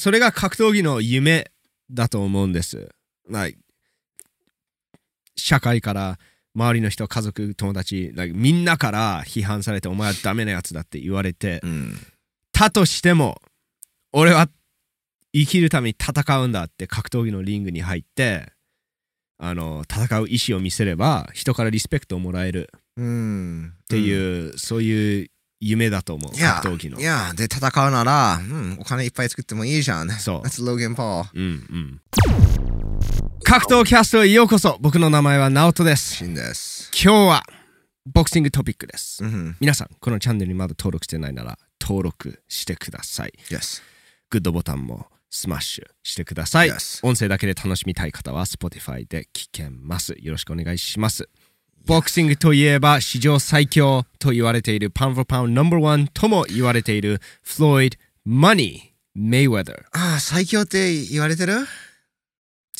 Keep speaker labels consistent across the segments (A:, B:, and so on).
A: それが格闘技の夢だと思うんです。Like 社会から周りの人家族友達、like みんなから批判されてお前はダメなやつだって言われて
B: うん。
A: たとしても俺は生きるために戦うんだって格闘技のリングに入ってあの戦う意思を見せれば人からリスペクトをもらえる
B: うん。っ
A: っていう、そういう夢だと思う
B: いや
A: 格闘技の
B: いや、で、戦うなら、うん、お金いっぱい作ってもいいじゃん。
A: そう
B: That's Logan Paul.
A: うんうん格闘キャストへようこそ僕の名前はナオトです
B: シンです。
A: 今日はボクシングトピックです
B: うん。
A: 皆さんこのチャンネルにまだ登録してないなら登録してください
B: Yes.
A: グッドボタンもスマッシュしてください
B: Yes.
A: 音声だけで楽しみたい方は Spotify で聞けますよろしくお願いしますボクシングといえば史上最強と言われているパンフォパウンナンバーワンとも言われているフロイド・マニー・メイウェザー
B: ああ、最強って言われてる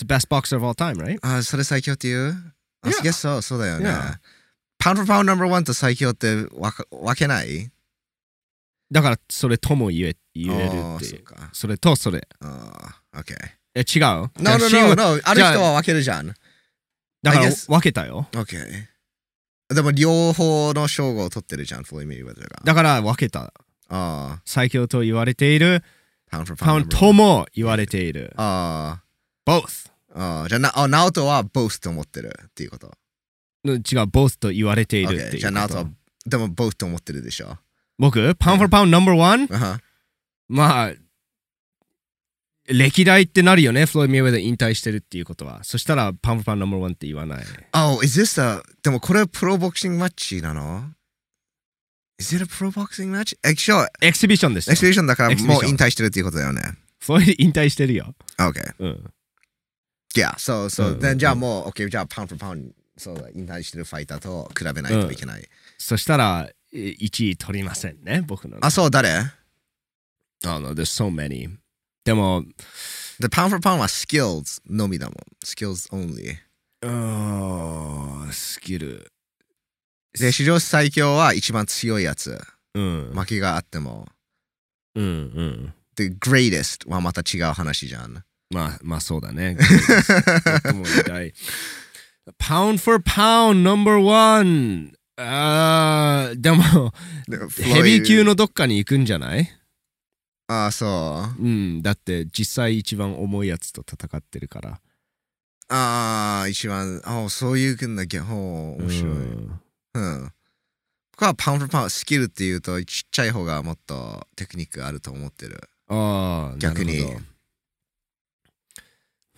A: It's the best boxer of all time, right?
B: ああ、それ最強って言うあ、
A: Yeah.
B: すげえそう、そうだよね
A: Yeah.。
B: パウンドパウンナンバーワンと最強ってわか分けない
A: だからそれとも言え言える
B: あ
A: っ
B: あ
A: て
B: そ
A: い
B: っ
A: う
B: か。
A: それとそれ
B: ああ、OK。
A: え違う No,
B: No, no, no, no. ある人は分けるじゃん。
A: だから
B: I guess-
A: 分けたよ
B: OK。でも両方の称号を取ってるじゃん、フロイミー・ウェザーが。
A: だから分けた
B: ああ、
A: 最強と言われている
B: パウンド
A: パ
B: パ
A: ウ
B: ウ
A: ン
B: ンド。
A: とも言われている
B: ああ。
A: Both
B: ああじゃあな、あ、ナオトは both と思ってるっていうこと。
A: の違う、both と言われているっていうこ
B: Okay,
A: と。
B: じゃあ、ナオトは、でも both と思ってるでしょ。
A: 僕、パウンフォーパウン number one?
B: あは
A: まあ、歴代ってなるよね、フロイド・ミューウェザー引退してるっていうことは。そしたら、パウンフォーパウン number one って言わない。
B: Oh, is this a, でもこれはプロボクシングマッチなの Is it a pro boxing match? え、一応、
A: エキシビションですよ
B: エク。スペリションだからもう
A: Exhibition
B: 引退してるっていうことだよね。
A: フロイド引退してるよ。
B: Okay.
A: うん。
B: Yeah, so,
A: う
B: so,
A: ん
B: then じゃあもう、OK, じゃあパウンドパウンド、そうだ、引退してるファイターと比べないといけない。
A: そしたら、1位取りませんね、僕の。
B: あ、そう、誰
A: あの、there's so many。でも、
B: で、パウンドパウンドは skills のみだもん。skills only。
A: うーん、スキル。
B: で、史上最強は一番強いやつ。
A: うん。
B: 負けがあっても。
A: うんうん。
B: で、greatest はまた違う話じゃん。
A: まあ、まあそうだね。最も偉い。パウン for pound number one! あーで も、ヘビー級
B: の。
A: のどっかに行くんじゃない
B: ああ、そう。あ
A: うん、だって実際一番重いやつと戦ってるから。
B: あ、一番、ああ、そういうくんだけど、ほう面白い。
A: う
B: うん。
A: ん
B: 僕はパウンドパウンド、スキルっていうと、ちっちゃい方がもっとテクニックあると思ってる。
A: ああ、
B: 逆に
A: なるほど。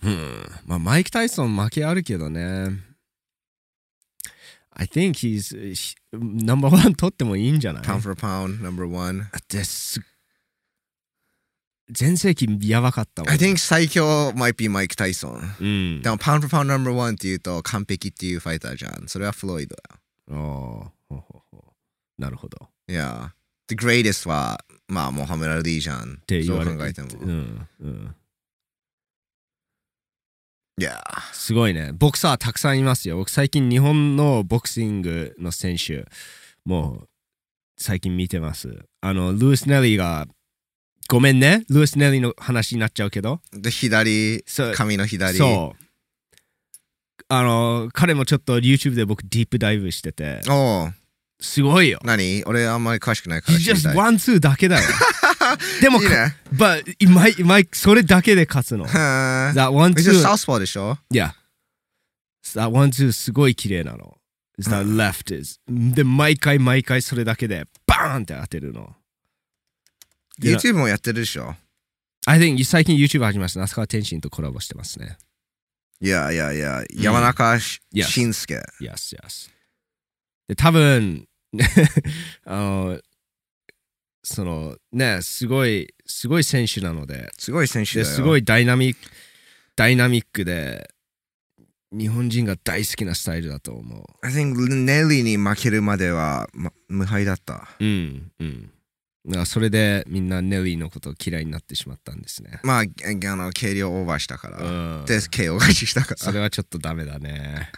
A: うん、まあマイク・タイソン負けあるけどね。I think he's ナンバーワン取ってもいいんじゃない
B: パウンドパウンド、ナンバーワン。
A: です。全盛期やばかったもん。
B: I think 最強 might be マイク・タイソン。
A: うん
B: で。も、パウンドパウンド、ナンバーワンっていうと、完璧っていうファイターじゃん。それはフロイドだ。
A: ああ、ほうほうほうなるほど。っ
B: いや。The greatest は、まあ、モハメラ・リーじゃん。
A: て言われ
B: どう考えて
A: う
B: も。
A: んうん。
B: いや。
A: すごいね。ボクサーたくさんいますよ。僕最近日本のボクシングの選手、もう最近見てます。あの、ルース・ネリーが、ごめんね、ルース・ネリーの話になっちゃうけど、
B: で、左、
A: そう
B: 髪の左。
A: そう。あの、彼もちょっと YouTube で僕ディープダイブしてて、
B: おう
A: すごいよ。
B: 何俺あんまり詳しくないから
A: He's
B: 知り
A: just
B: たい。
A: one two だけ だよ。でも
B: いい、ね。
A: ば、マイ、マイ、それだけで勝つ の。
B: はぁ。
A: That one
B: 一応
A: two
B: サウスポーでしょ
A: Yeah. So that one, two, すごい綺麗なの。Is that left is. で、毎回毎回それだけで、バーンって当てるの。で
B: ?YouTube もやってるでしょ
A: I think 最近 YouTube 始めました。那須川天心とコラボしてますね。
B: いやいやいや、山中し
A: Yes
B: 慎介。
A: Yes, yes. で、多分、 あの、そのね、すごい、すごい選手なので、
B: すごい選手だ
A: で
B: よ。
A: すご
B: い。
A: いダイナミック、ダイナミックで、日本人が大好きなスタイルだと思
B: I think ネリーに負けるまでは、ま無敗だった。
A: う。うん、うん。だからそれでみんなネリーのことを嫌いになってしまったんですね。
B: まあ、あの、軽量オーバーしたから。
A: うん。
B: で、KO 勝ちしたか
A: そ
B: ら。
A: れはちょっとダメだ ね。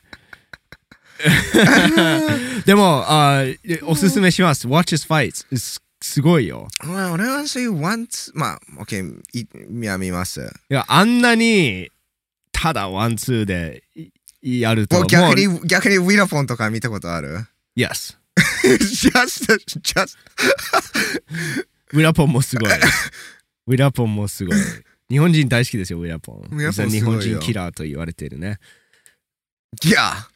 A: でもあー、おすすめします。Watch his fights. すすごいよ。
B: まあ俺はそういう once まあ OK いいや見ます
A: いや、あんなに、ただワンツーでいやると
B: もう
A: もう
B: 逆に逆にウィラポンとか見たことある
A: Yes。
B: just just
A: ウィラポンもす ごい。ウィラポンもすごい。日本人大好きですよ、ウィラポン。
B: ウィラポン
A: 日
B: すごい
A: 本
B: よ
A: 人キラーと言われてるね。
B: yeah
A: いや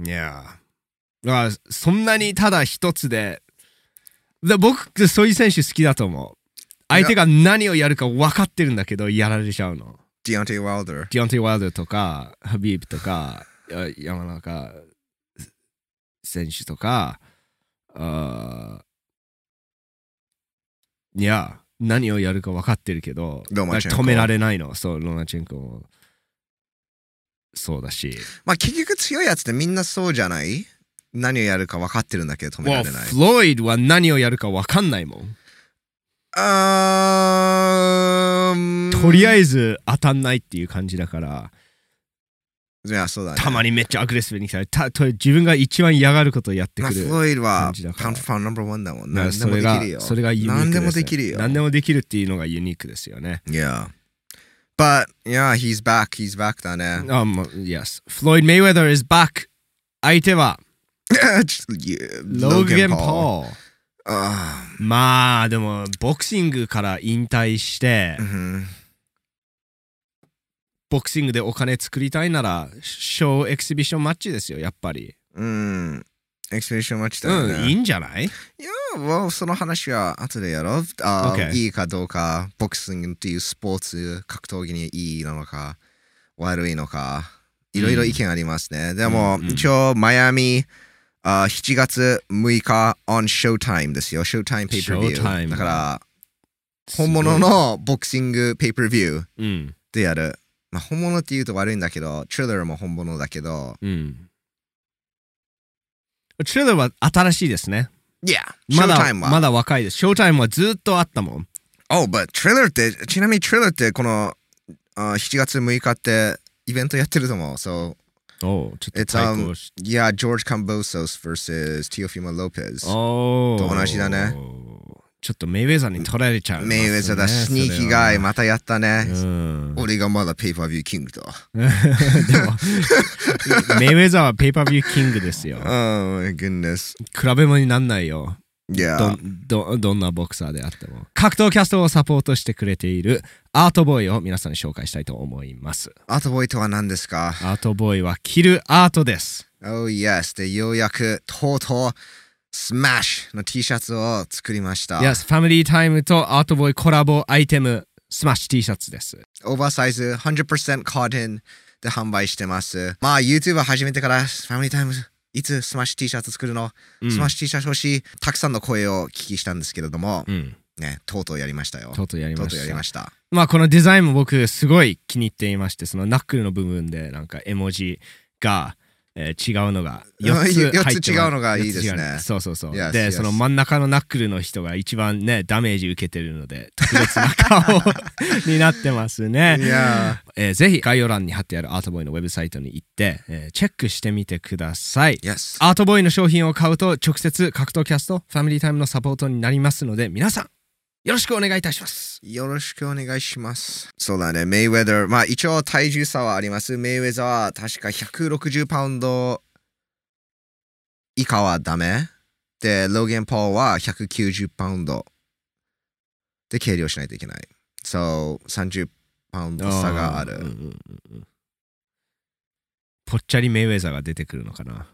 A: ー、いやー。あそんなにただ一つで、で僕、そういう選手好きだと思う。相手が何をやるか分かってるんだけど、やられちゃうの。
B: Deontay Wilder
A: ディアンティ・ワイルドとか、ハビーブとか、や山中選手とか、あーいや、何をやるか分かってるけど、
B: ロマチェンコ
A: 止められないの。そう、ロマチェンコもそうだし。
B: まあ結局強いやつってみんなそうじゃない何をやるか分かってるんだけど止められない
A: フロイドは何をやるか分かんないもん。
B: あー
A: とりあ
B: ず
A: えず当たんないっていう感じだから、
B: いやそうだね
A: たまにめっちゃアグレッシブに来たり、たと自分が一番嫌がることをやって
B: まあ
A: く
B: フ
A: る。
B: ロイドは
A: 感じだから
B: パンファンナンバーワンだもん
A: だから
B: 何で
A: そ
B: も
A: れ
B: で
A: が
B: きるよ
A: それがユニークす
B: 何でもできるよ
A: 何でもできるっていうのがユニークですよね。
B: Yeah. But yeah, he's back. He's back だ
A: あ、
B: ね。
A: まあ、yes。フロイド・メイウェザー is back。相手は
B: Yeah,
A: ローゲン・ポ
B: Paul.
A: ール。
B: あ
A: まあでもボクシングから引退して
B: ーうん
A: ボクシングでお金作りたいならショーエキシビションマッチですよやっぱり。
B: うん。エクスペリションマッチだよ
A: うんいい
B: ね。
A: んじゃない
B: いや、もうその話は後でやろう。あー
A: Okay
B: いいかどうか、ボクシングっていうスポーツ、格闘技にいいなのか、悪いのか、いろいろ意見ありますね。で
A: う、
B: も
A: ん
B: 一応、マイアミ、あー7月6日、on Showtime ですよ。Showtime Pay Per
A: Showtime
B: View。だから、本物のボクシングペイ per ビュー
A: うん
B: でやる。まあ、本物って言うと悪いんだけど、トリラーも本物だけど、
A: うん。チューダーは新しいですね。
B: いや、
A: まだ
B: Showtime は。
A: まだ若いです。ショータイムはずっとあったもん。
B: Oh, but トリラーって、ちなみにトリラーってこのあ7月6日ってイベントやってると思う。So,
A: おうちょっと
B: It's,
A: 対抗し
B: yeah, George Cambosos versus Teofimo Lopez.
A: おー
B: と同じだね。
A: ちょっとメイウェザーに取られちゃう、
B: メイウェザーだ、スニーキーガイ、またやった
A: う
B: ね。
A: ん、でも
B: 俺がまだペーパービューキングだ。
A: メイウェザーはペーパービューキングですよ
B: Oh my goodness.
A: 比べ物になんないよ
B: Yeah.
A: どんどどんなボクサーであっても格闘キャストをサポートしてくれているアートボーイを皆さんに紹介したいと思います
B: あとボイとは何ですか
A: アートボーイは着るアートです
B: Oh yes でようやくとうとうスマッシュの T シャツを作りました。
A: Yes ファミリータイムとアートボーイコラボアイテムスマッシュ T シャツです
B: オーバーサイズ100%カーテンで販売してます。まあ YouTube 始めてからファミリータイムいつスマッシュ T シャツ作るの、
A: うん
B: スマッシュ T シャツ欲しいたくさんの声をお聞きしたんですけれども、
A: うん
B: ね、とうとうやりましたよ。
A: とうとうやり
B: とう
A: ま
B: とうや
A: し
B: り
A: た
B: ました。
A: まあこのデザインも僕すごい気に入っていましてそのナックルの部分でなんか絵文字が、えー違うのが4つ入ってます
B: 四つ違うのがいいですね
A: 四つ違うのそうそうそう
B: Yes,
A: で
B: yes.
A: その真ん中のナックルの人が一番ねダメージ受けてるの で特別な顔になってますね
B: いや
A: えーぜひ概要欄に貼ってあるアートボーイのウェブサイトに行って、えーチェックしてみてください
B: ー、Yes。
A: アートボーイの商品を買うと直接格闘キャストファミリータイムのサポートになりますので皆さんよろしくお願いいたします
B: よろしくお願いします。そうだね、メイウェザー。まあ一応体重差はあります。メイウェザーは確か160パウンド以下はダメ。で、ローゲン・ポールは190パウンドで計量しないといけない。そう、30パウンド差があ
A: うんうん
B: る。
A: うんうんぽっちゃりメイウェザーが出てくるのか な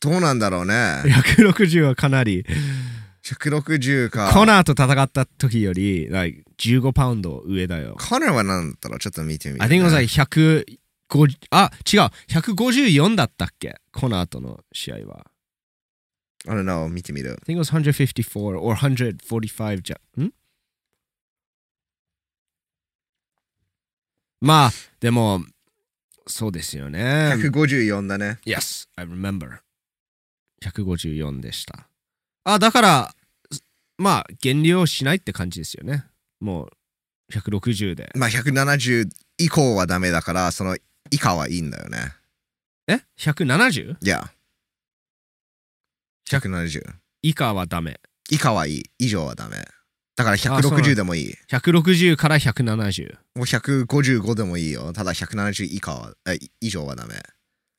B: どうなんだろ うね。
A: 160はかなり
B: 160か。
A: コナーと戦った時より like 15パウンド上だよ
B: コナーは何だったろうちょっと見てみる、ね。
A: I think it was like 150あ違う154だったっけコナーとの試合は
B: I don't know, 見てみる。
A: I think it was 154 or 145じゃんまあでもそうですよね
B: 154だね。
A: Yes, I remember. 154でした。あ、だから、すまあ、減量しないって感じですよね。もう、160で。
B: まあ170以降はダメだから、その以下はいいんだよね。
A: え ?170?
B: いや。170。
A: 以下はダメ。
B: 以下はいい以上はダメだから
A: あそうなん
B: 160でもいい
A: 160から170
B: もう155でもいいよただ170以下はえ以上はダメ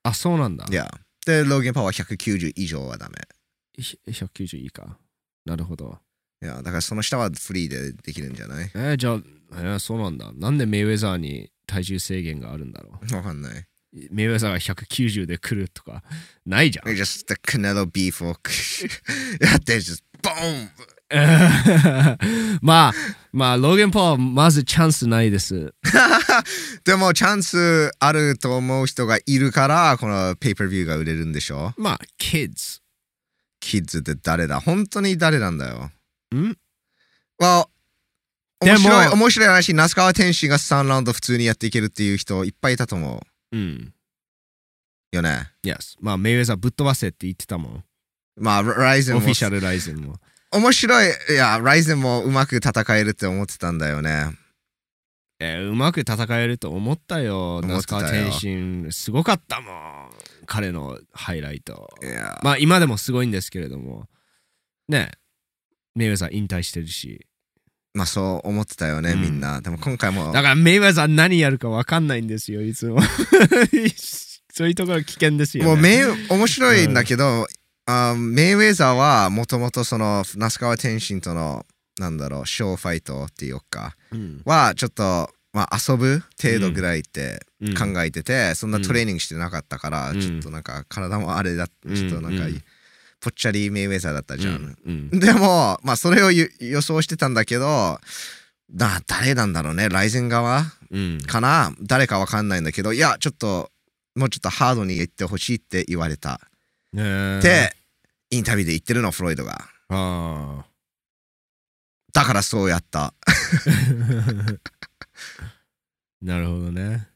A: あそうなんだ
B: いやでローゲンパワー190以上はダメ
A: ひ190以下なるほど
B: いやだからその下はフリーでできるんじゃない
A: えーじゃあ、えーそうなんだなんでメイウェザーに体重制限があるんだろ
B: わかんないう
A: メイウェザーが190で来るとかないじゃん
B: just the Canelo beef or that there's just boom
A: まあまあローゲン・パワーまずチャンスないです
B: でもチャンスあると思う人がいるからこのペーパービューが売れるんでしょ
A: まあ kids
B: キッズって誰だ本当に誰なんだよ
A: ん
B: Well
A: でも
B: 面白い面白い話那須川天心が3ラウンド普通にやっていけるっていう人いっぱいいたと思
A: うん
B: うよね
A: Yes まあメイウェザーぶっ飛ばせって言ってたもん
B: まあライゼン
A: オ
B: も
A: フィシャルライゼンも
B: 面白いいやライゼンもうまく戦えるって思ってたんだよね
A: えーうまく戦えると思ったよ。
B: 思
A: 那須
B: ってたよ
A: 川天心、すごかったもん。彼のハイライト。
B: いや
A: まあ今でもすごいんですけれども。ねえ、メイウェザー引退してるし。
B: まあそう思ってたよね、
A: うん
B: みんなでも今回も
A: だからメイウェザー何やるか分かんないんですよ、いつも。 そういうところ危険ですよ、ね。
B: もうメイ面白いんだけど、あメイウェザーはもともとその那須川天心とのなんだろうショーファイトっていうか
A: うん
B: はちょっと、まあ、遊ぶ程度ぐらいって
A: うん
B: 考えてて、そんなトレーニングしてなかったから、
A: うん
B: ちょっとなんか体もあれだち
A: うん
B: ょっとなんか、
A: うん
B: ぽっちゃりメイウェザーだったじゃん。
A: うん
B: でもまあそれをゆ予想してたんだけどな誰なんだろうねライゼン側
A: うん
B: かな誰かわかんないんだけどいやちょっともうちょっとハードに言ってほしいって言われた
A: ねえ
B: ってインタビューで言ってるのフロイドが
A: あ
B: だからそうやった
A: ーなるほどね。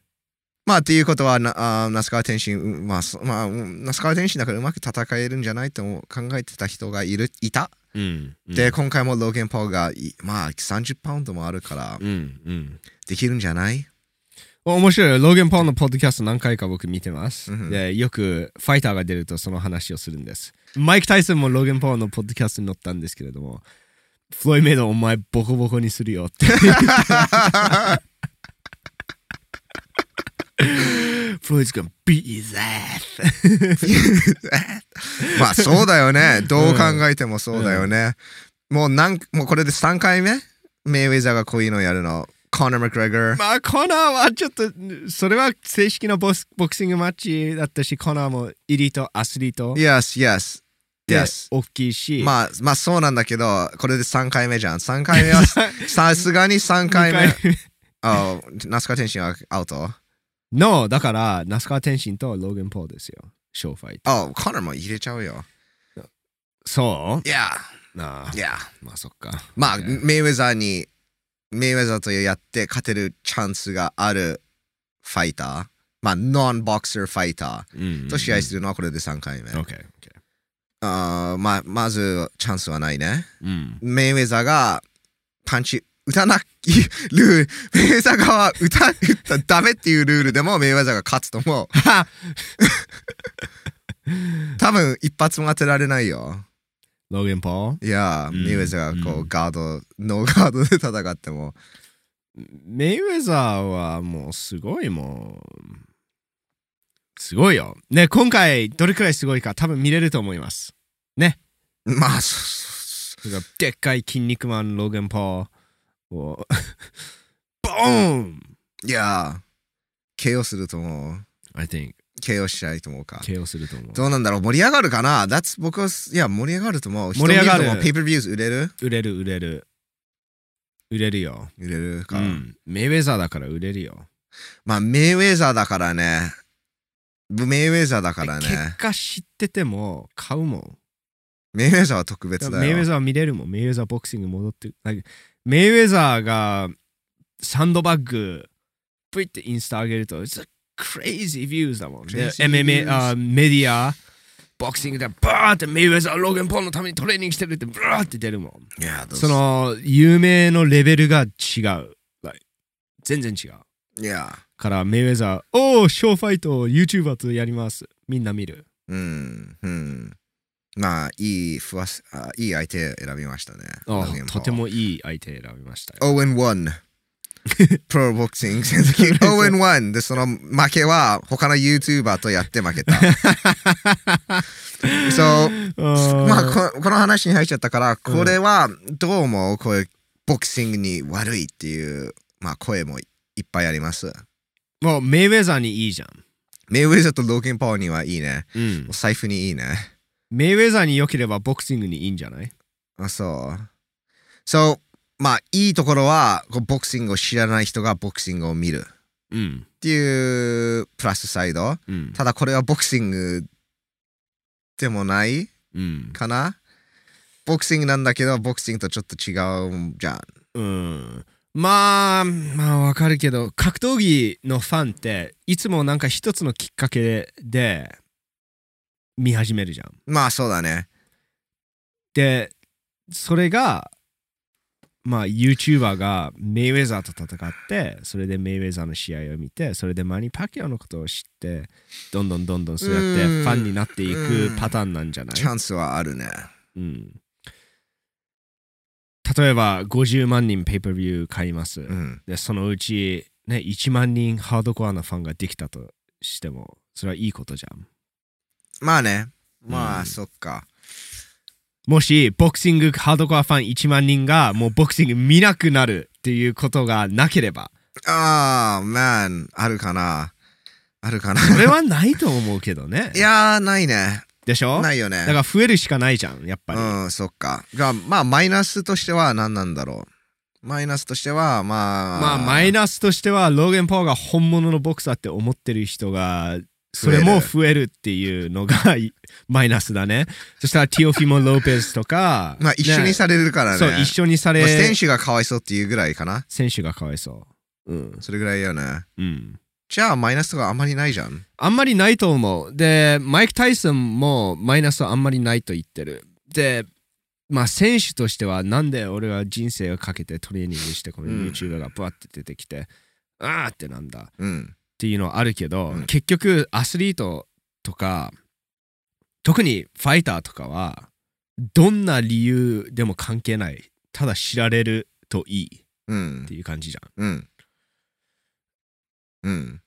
B: まあっていうことはなあー那須川天心うんまあ、そまあ、うん那須川天心だからうまく戦えるんじゃないと思う考えてた人がいるいた、
A: うん。
B: で、今回もローゲン・パウがいまあ30パウンドもあるから
A: うんうん。
B: できるんじゃない
A: 面白いよ。ローゲン・パウのポッドキャスト何回か僕見てます。
B: うんうん
A: で、よくファイターが出るとその話をするんです。マイク・タイソンもローゲン・パウのポッドキャストに載ったんですけれども、フロイド・メイドお前ボコボコにするよっ て。フロイド 's gonna beat his ass.
B: まあそうだよねどう考えてもそうだよね、もうなんもうこれで3回目メイウェザーがこういうのやるのコーナー・マクレガー
A: まあ、コナーはちょっと、それは正式なボスボクシングマッチだったし、コナーもエリート、アスリート
B: Yes yes
A: で
B: Yes
A: 大きいし、あ、
B: まあまあそうなんだけどこれで3回目じゃん3回目 はさすがに3回目 あ那須川天心はアウト
A: の、だから、那須川天心とローゲン・パウですよ。ショーファイト。
B: あコナーも入れちゃうよ
A: そ
B: いや
A: うなあ
B: い。や
A: まあそっか。
B: まあ
A: Yeah.
B: メイウェザーにメイウェザーとやって勝てるチャンスがあるファイターまあノンボクサーファイターと試合するのはこれで3回目、
A: うん。OK。
B: あーまあまずチャンスはないね
A: うん。
B: メイウェザーがパンチ打たなきルールメイウェザー側は打た打ったらダメっていうルールでもメイウェザーが勝つと 思う
A: は
B: 多分一発も当てられないよ
A: ローゲン・パウ
B: いやー、
A: うん
B: メイウェザーがこう、
A: うん
B: ガードノーガードで戦っても
A: メイウェザーはもうすごいもう。すごいよ。ね、今回どれくらいすごいか多分見れると思います。
B: まあそ
A: だからでっかい筋肉マン、ローゲン・パウを。 ボーン
B: いやー KO すると思う
A: I think
B: KO しないと思うか
A: KO すると思う。
B: どうなんだろう盛り上がるかな That's 僕はいや盛り上がると思う
A: 盛り上がる
B: 人見と思うペーパービューズ売れる
A: 売れる売れる。売れるよ。
B: 売れるか、
A: うんメイウェザーだから売れるよ。
B: まあメイウェザーだからねメイウェザーだからね
A: 結果知ってても買うもん。
B: メイウェザーは特別だよ
A: メイウェザーは見れるもん。メイウェザーボクシング戻ってる。なんかメイウェザーがサンドバッグ、プイってインスタ上げると、It's a crazy views だもん。で
B: Crazy
A: MMA、
B: views
A: あメディア、ボクシングでバーってメイウェザー、ローゲン・ポールのためにトレーニングしてるってバーって出るもん。
B: いやどうす
A: その有名のレベルが違う。Like 全然違う。
B: いや
A: からメイウェザー、おー、ショーファイト、YouTuber とやります。みんな見る。
B: うんうんまあ、いい、ふわす、あいい相手選びましたね。
A: あ
B: ローガン
A: とてもいい相手選びましたよ。
B: オーウン1。プロボクシング戦の時、オーウン1。で、その負けは他の YouTuber とやって 負けた。そう。ま
A: ま
B: あここの話に入っちゃったからこれはどう思うこれボクシングに悪いっていう、まあ、声もいっぱいあります
A: もうメイウェザーにいいじゃん。
B: メイウェザーとローキン・パワーにはいいね
A: うん
B: お、財布にいいね
A: メイウェザーに良ければボクシングにいいんじゃない
B: あそうそうまあいいところはこうボクシングを知らない人がボクシングを見るっ
A: うん。
B: ていうプラスサイド
A: うん。
B: ただこれはボクシングでもない
A: うん。
B: かなボクシングなんだけどボクシングとちょっと違うじゃん
A: うんまあまあわかるけど格闘技のファンっていつもなんか一つのきっかけで見始めるじゃん。
B: まあそうだね
A: でそれがまあ YouTuber がメイウェザーと戦ってそれでメイウェザーの試合を見てそれでマニー・パキアオのことを知ってどんどんどんどんそうやって
B: うん
A: ファンになっていく
B: うん
A: パターンなんじゃない
B: チャンスはあるね
A: うん、例えば50万人ペーパービュー買います。
B: うん
A: でそのうち、ね、1万人ハードコアなファンができたとしてもそれはいいことじゃん
B: まあね。まあ、
A: うん
B: そっか。
A: もしボクシングハードコアファン1万人がもうボクシング見なくなるっていうことがなければ
B: ああ、まあ、あるかな。あ るかな。
A: それはないと思うけどね
B: いやー、ないね。
A: でしょ
B: ないよね
A: だ。から増えるしかないじゃんやっぱり、
B: うん、そっか。じゃあ、まあ、マイナスとしては何なんだろう。マイナスとしては、まあ。
A: まあマイナスとしてはローゲン・パワーが本物のボクサーって思ってる人がそれも増えるっていうのがマイナスだねそしたらティオフィモ・ローペスとか
B: まあ、一緒にされるからね。
A: そう一緒にされ、
B: まあ選手がかわいそうっていうぐらいかな。
A: 選手がかわいそう。うん。
B: それぐらいよね。
A: うん。
B: じゃあ、マイナスとかあんまりないじゃん。
A: あんまりないと思う。で、マイク・タイソンもマイナスはあんまりないと言ってる。で、まあ選手としてはなんで俺は人生をかけてトレーニングしてこの
B: うん
A: YouTuber がバッて出てきて、あーってなんだっ
B: うん。
A: ていうのはあるけど、
B: うん
A: 結局アスリートとか特にファイターとかはどんな理由でも関係ないただ知られるといい
B: うん
A: って。いう感じじゃん
B: うん。うん。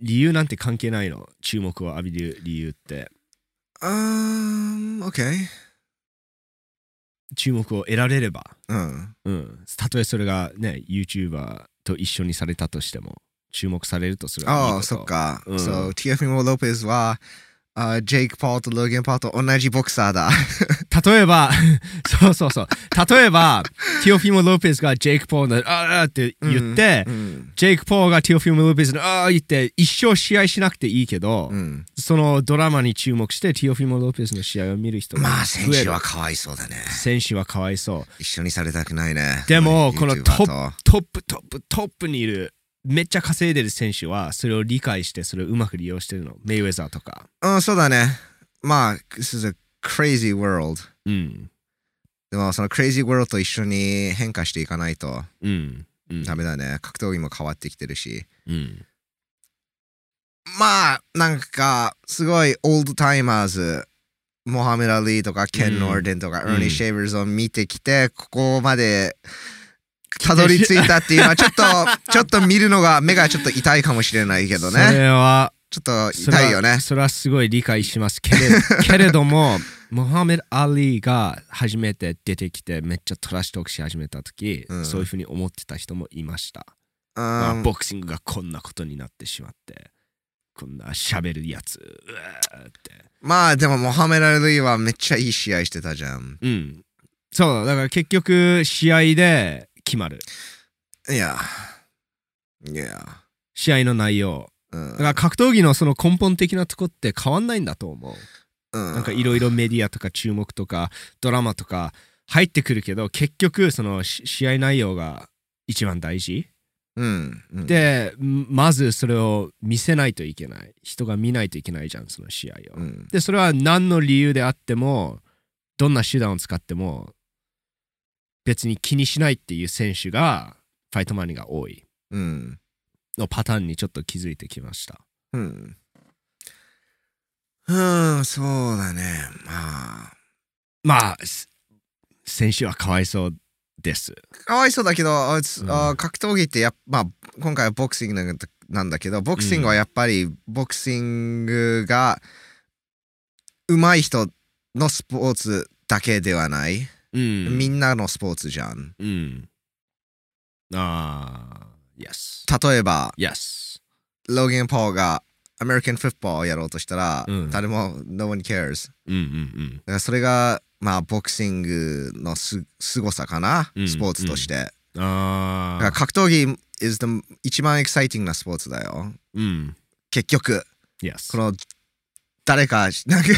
A: 理由なんて関係ないの注目を浴びる理由って
B: あー、オッケー。
A: 注目を得られれば
B: うん。
A: うんたとえそれがね YouTuber と一緒にされたとしても注目されるとする
B: ああ、そっか。
A: うん
B: そう、TFM ロペスは、あジェイク・パールとローゲン・パールと同じボクサーだ。
A: 例えば そうそうそう例えばティオフィモ・ロペスがジェイク・ポールのああって言って、
B: うん。
A: ジェイク・ポールがティオフィモ・ロペスのああ言って一生試合しなくていいけど、
B: うん
A: そのドラマに注目してティオフィモ・ロペスの試合を見る人が
B: まあ、選
A: 増え
B: 手
A: る
B: はかわいそうだね。
A: 選手はかわいそう
B: 一緒にされたくないね。
A: でもこの
B: YouTuber
A: ト
B: と
A: ップトップトップトップにいるめっちゃ稼いでる選手はそれを理解してそれをうまく利用してるのメイウェザーとか
B: うん、そうだね。まあ、this is a crazy world。
A: うん
B: でも、その crazy world と一緒に変化していかないと
A: うんうん
B: ダメだね。格闘技も変わってきてるし。
A: うん
B: まあ、なんか、すごいオールドタイマーズ、モハメラ・リーとか、ケ
A: う
B: ン・
A: ん
B: ノーデンとか、
A: うん
B: エーニー・シェーバーズを見てきて、ここまで、たどり着いたっ ていうのは、ちょっと、ちょっと見るのが、目がちょっと痛いかもしれないけど
A: そ
B: ね。
A: れは
B: ちょっと
A: それは
B: 痛いよね。
A: それはすごい理解します けれけれどもモハメド・アリが初めて出てきてめっちゃトラッシュトークし始めた時、
B: うん
A: そういうふうに思ってた人もいました、
B: う
A: まあ
B: ん
A: ボクシングがこんなことになってしまってこんな喋るやつうわーって
B: まあ、でも、モハメラ・リーはめっちゃいい試合してたじゃん。
A: うん。そう、だから結局、試合で決まる。
B: いや。いや。
A: 試合の内容。
B: うん
A: だから格闘技のその根本的なとこって変わんないんだと思う。
B: な
A: なんかいろいろメディアとか注目とかドラマとか入ってくるけど、結局、そのし試合内容が一番大事。
B: うん。うん、
A: で、まずそれを見せないといけない。人が見ないといけないじゃん、その試合を
B: う。ん
A: で、それは何の理由であっても、どんな手段を使っても、別に気にしないっていう選手が、ファイトマニーが多い。
B: うん。
A: のパターンにちょっと気づいてきました。
B: うん。うん、そうだね。まあ。
A: まあ、す選手はかわいそうです。
B: かわいそうだけど、あいつ
A: うん
B: あ格闘技ってやっまあ、今回はボクシングなんだなんだけど、ボクシングはやっぱり、ボクシングが上手い人のスポーツだけではない。
A: うん。
B: みんなのスポーツじゃん。
A: うん。ああ、yes。
B: 例えば、
A: yes。
B: ローゲン・ポールがアメリカンフットボールをやろうとしたら、
A: うん
B: 誰も、no one cares。
A: うんうん
B: だからそれが、まあ、ボクシングのす凄さかな、
A: うん
B: スポーツとして。
A: うん。あ
B: だから
A: あ。
B: 格闘技 is the 一番エキサイティングなスポーツだよ。
A: うん。
B: 結局。
A: yes
B: こ。の誰かなんか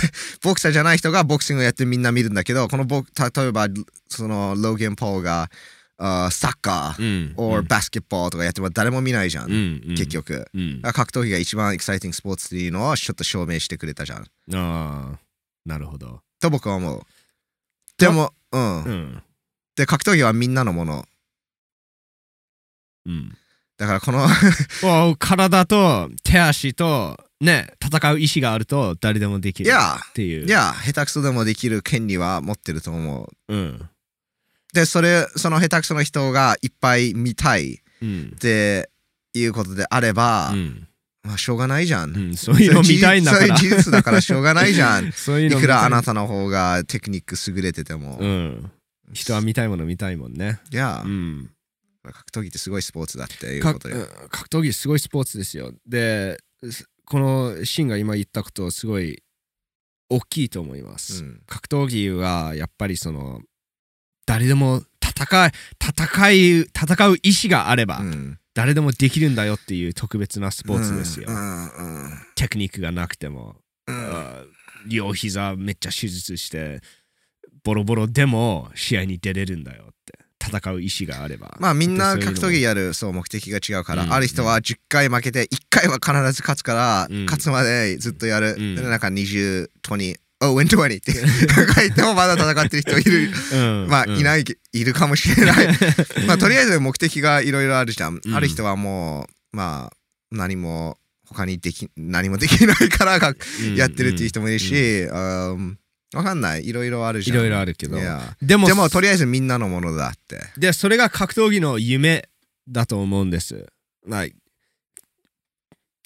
B: ボクサーじゃない人がボクシングをやってみんな見るんだけどこのボク例えばそのローゲン・ポールがあーサッカー
A: うん。
B: or バスケットボールとかやっても誰も見ないじゃん、
A: うん。
B: 結。局
A: うん。あ
B: だから格闘技が一番エキサイティングスポーツっていうのをちょっと証明してくれたじゃん
A: あー、なるほど。
B: と僕は思うでもうん、
A: うん。
B: で格闘技はみんなのもの
A: うん。
B: だからこの
A: もう体と手足とね戦う意志があると誰でもでき
B: い
A: る
B: や
A: っていう
B: いや下手くそでもできる権利は持ってると思う
A: うん
B: でそれその下手くその人がいっぱい見たい
A: うん
B: っていうことであれば、
A: うん
B: まあしょうがないじゃん。
A: うんそういうの見たいんだから
B: そういう事実だからしょうがないじ ゃん。
A: そうい
B: いう
A: の
B: くらあな
A: た
B: たの方がテクニック優れてても。
A: うん人は見たいもの見たいもんね
B: いや
A: う、ん
B: 格闘技ってすごいスポーツだっていう
A: か
B: ことよ。
A: うん格闘技すごいスポーツですよですこのシンが今言ったことすごい大きいと思います、
B: うん
A: 格闘技はやっぱりその誰でも戦い戦い戦う意志があれば
B: うん
A: 誰でもできるんだよっていう特別なスポーツですよ、
B: うんうん
A: テクニックがなくても、
B: うん
A: あー両膝めっちゃ手術してボロボロでも試合に出れるんだよって戦う意志があれば
B: まあみんな
A: でそういう
B: 格
A: の
B: 闘技やるそう目的が違うから、
A: うん
B: ある人は10回負けて1回は必ず勝つから、
A: うん
B: 勝つまでずっとやる、
A: うん
B: でなんか2020 20 oh win 20って書いてもまだ戦ってる人いる
A: うん
B: まあ、いないいけ、いるかもしれ ない。まあ、とりあえず目的がいろいろあるじゃん。
A: うん
B: ある人はもう、まあ、何も、他にでき、何もできないからがやってるっていう人もいるし、うんわかんない。いろいろあるじ
A: い
B: ゃん。
A: ろいろあるけど
B: いや
A: でも
B: でも、とりあえずみんなのものだって。
A: でそれが格闘技の夢だと思うんです、like、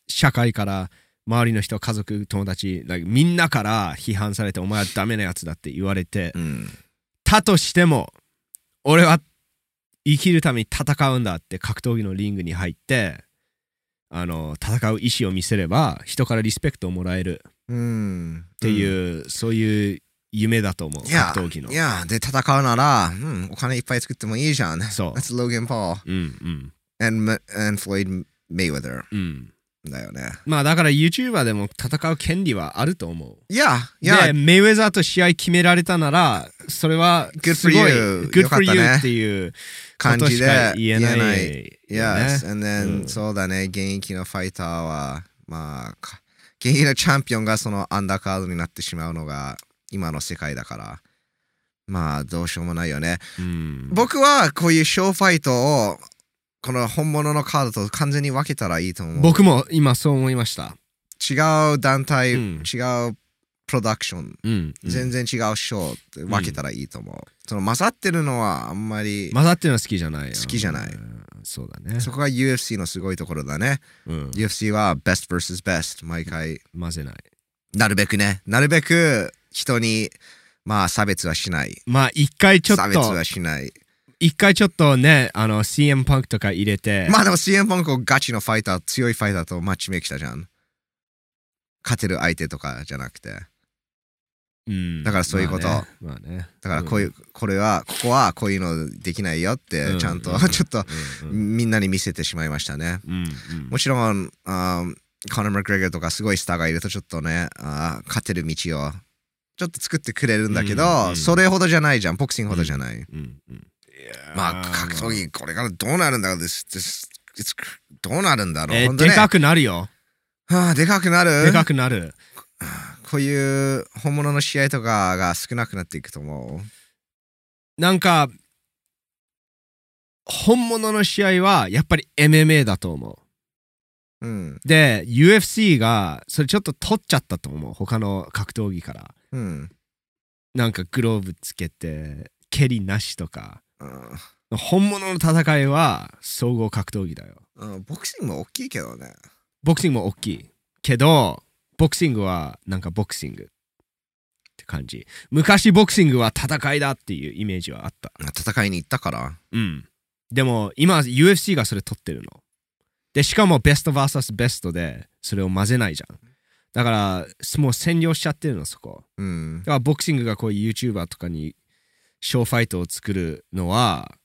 A: 社会から周りの人家族友達、like みんなから批判されてお前はダメなやつだって言われて
B: うん。
A: たとしても俺は生きるために戦うんだって格闘技のリングに入ってあの戦う意思を見せれば人からリスペクトをもらえる
B: うん。っ
A: っていう、そういう夢だと思う
B: いや
A: 格闘技の
B: いや、で、戦うなら、うん、お金いっぱい作ってもいいじゃん。
A: そう
B: That's Logan Paul
A: うんうん
B: and, and Floyd Mayweather
A: うん
B: だよね。
A: まあだから YouTuber でも戦う権利はあると思う
B: いや、いや、
A: でメイウェザーと試合決められたならそれは
B: Good for
A: すごい
B: you
A: Good
B: よかっ
A: for
B: た
A: you
B: ね
A: っていうこ
B: 感
A: と
B: じ
A: し
B: で
A: か言えないよね
B: Yes, and then、
A: うん
B: そうだね、現役のファイターは、まあ、か現役のチャンピオンがそのアンダーカードになってしまうのが今の世界だから、まあ、どうしようもないよね。
A: うん
B: 僕はこういうショーファイトを、この本物のカードと完全に分けたらいいと思う。
A: 僕も今そう思いました
B: 違う団体、
A: うん
B: 違うプロダクション、
A: うんうん
B: 全然違うショーって分けたらいいと思う。その混ざってるのはあんまり、
A: 混ざってるのは好きじゃないよ
B: 好きじゃない
A: うんそうだね
B: そこが UFC のすごいところだね。
A: うん、
B: UFC は best vs best 毎回
A: 混ぜない
B: なるべくねなるべく人にまあ差別はしない
A: まあ一回ちょっ
B: 差別
A: と
B: はしない
A: 一回ちょっとねあの CM パンクとか入れて、
B: まあでも CM ポンコガチのファイター強いファイターとマッチメイクしたじゃん勝てる相手とかじゃなくてだ
A: うん
B: だからそういうこと
A: まあね,、まあね、
B: からこういう、これはここはこういうのできないよっ
A: う
B: て
A: ん
B: ちゃんと、
A: うん
B: ちょっと
A: うんうん
B: みんなに見せてしまいましたね
A: うんうん
B: もちろんあーコナー・マクレガーとかすごいスターがいるとちょっとねあー勝てる道をちょっと作ってくれるんだけど、
A: うんうん
B: それほどじゃないじゃんボクシングほどじゃない、
A: うんうんいやー
B: まあ格闘技これからどうなるんだろうですですですどうなるんだろう、
A: え
B: 本当
A: で
B: ね
A: かくなるよ
B: はあでかくなる
A: でかくなる
B: こういう本物の試合とかが少なくなっていくと思
A: なんか本物の試合はやっぱり MMA だと思う
B: うん。
A: で UFC がそれちょっと取っちゃったと思う他の格闘技から
B: うん。
A: なんかグローブつけて蹴りなしとか
B: うん
A: 本物の戦いは総合格闘技だよ
B: うん。ボクシングも大きいけどね。
A: ボクシングも大きいけどボクシングはなんかボクシングって感じ昔ボクシングは戦いだっていうイメージはあった
B: 戦いに行ったから。
A: うんでも今 UFC がそれ取ってるのでしかもベスト VS ベストでそれを混ぜないじゃんだからもう占領しちゃってるのそこ
B: うん
A: だ。からボクシングがこういう YouTuber とかにショーファイトを作るのは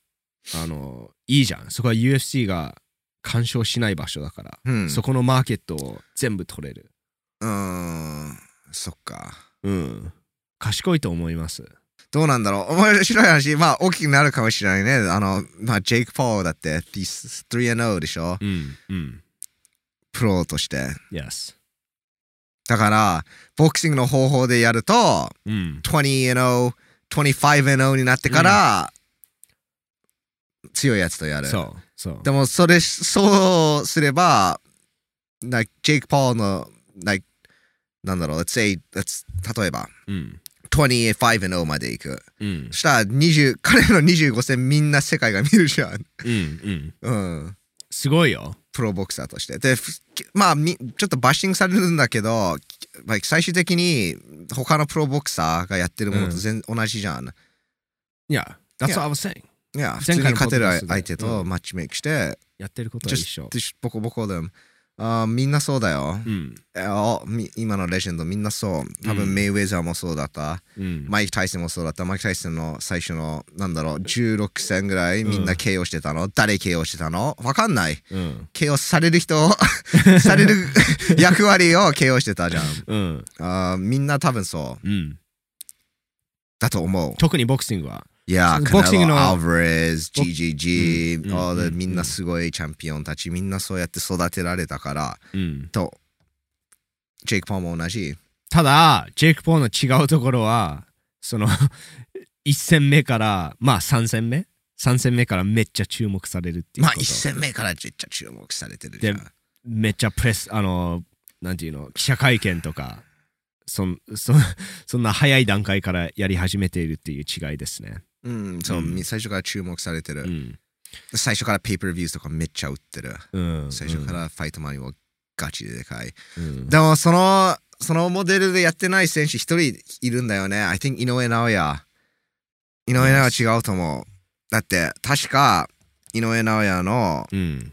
A: あのいいじゃんそこは UFC が干渉しない場所だから、
B: うん。
A: そこのマーケットを全部取れる
B: うん。そっか。
A: うん賢いと思います
B: どうなんだろう面白い話。まあ、大きくなるかもしれないね。あの、まあ、ジェイク・ポールだって、3-0でしょ
A: うんうん
B: プロとして。
A: Yes
B: だから、ボクシングの方法でやると、
A: うん
B: 20-0、25-0になってから、強いやつとやる。
A: そうそう
B: でも、それ、そうすれば、like、ジェイク・ポールの、like、なんだろう、let's say, let's, 例えば、
A: うん
B: 25-0までいく。
A: うん
B: そしたら、20、彼の25戦みんな世界が見るじゃん。
A: うんうん
B: うん。
A: すごいよ
B: プロボクサーとして。で、ふまあ、みちょっとバッシングされるんだけど、まあ最終的に他のプロボクサーがやってるものと全、同じじゃん。
A: いや That's what I was saying
B: いや、普通
A: 前
B: に
A: 回の
B: 勝てる
A: ポッドキャストで
B: 相手とマッチメイクして、
A: やってることは
B: ちょ
A: 一緒
B: っとボコボコでも。あーみんなそうだよ、
A: うん
B: えおみ今のレジェンドみんなそう。多
A: う
B: 分
A: ん
B: メイウェザーもそうだった。
A: うん
B: マイク・タイソンもそうだった。マイク・タイソンの最初の、なんだろう、16戦ぐらいみんな KO してたの、誰 KO してたのわかんない。
A: うん
B: KO される人を さ れる役割を KO してたじゃん
A: うん
B: あーみんな多分そ
A: う
B: う
A: ん
B: だと思う
A: 特にボクシングはい
B: や
A: そう
B: ー
A: ボクシングの
B: アルバレス
A: ボ
B: GGG
A: うん
B: all the
A: うん
B: みんなすごいチャンピオンたちみんなそうやって育てられたから
A: うん
B: とジェイク・パーも同じ
A: ただジェイク・ポーの違うところはその1戦目からまあ3戦目3戦目からめっちゃ注目されるっていう
B: まあ
A: こと
B: 1戦目からめっちゃ注目されてるじゃん
A: でめっちゃプレスあのなんていうの記者会見とかそんそんそんな早い段階からやり始めているっていう違いですね、
B: うんそう、
A: うん
B: 最初から注目されてる、
A: うん
B: 最初からペーパービューズとかめっちゃ売ってる
A: うん、
B: 最初からファイトマニーもガチででかい
A: うん
B: でもそのそのモデルでやってない選手一人いるんだよね。I think 井上尚弥。井上尚弥は違うと思う。だって確か井上尚弥の
A: うん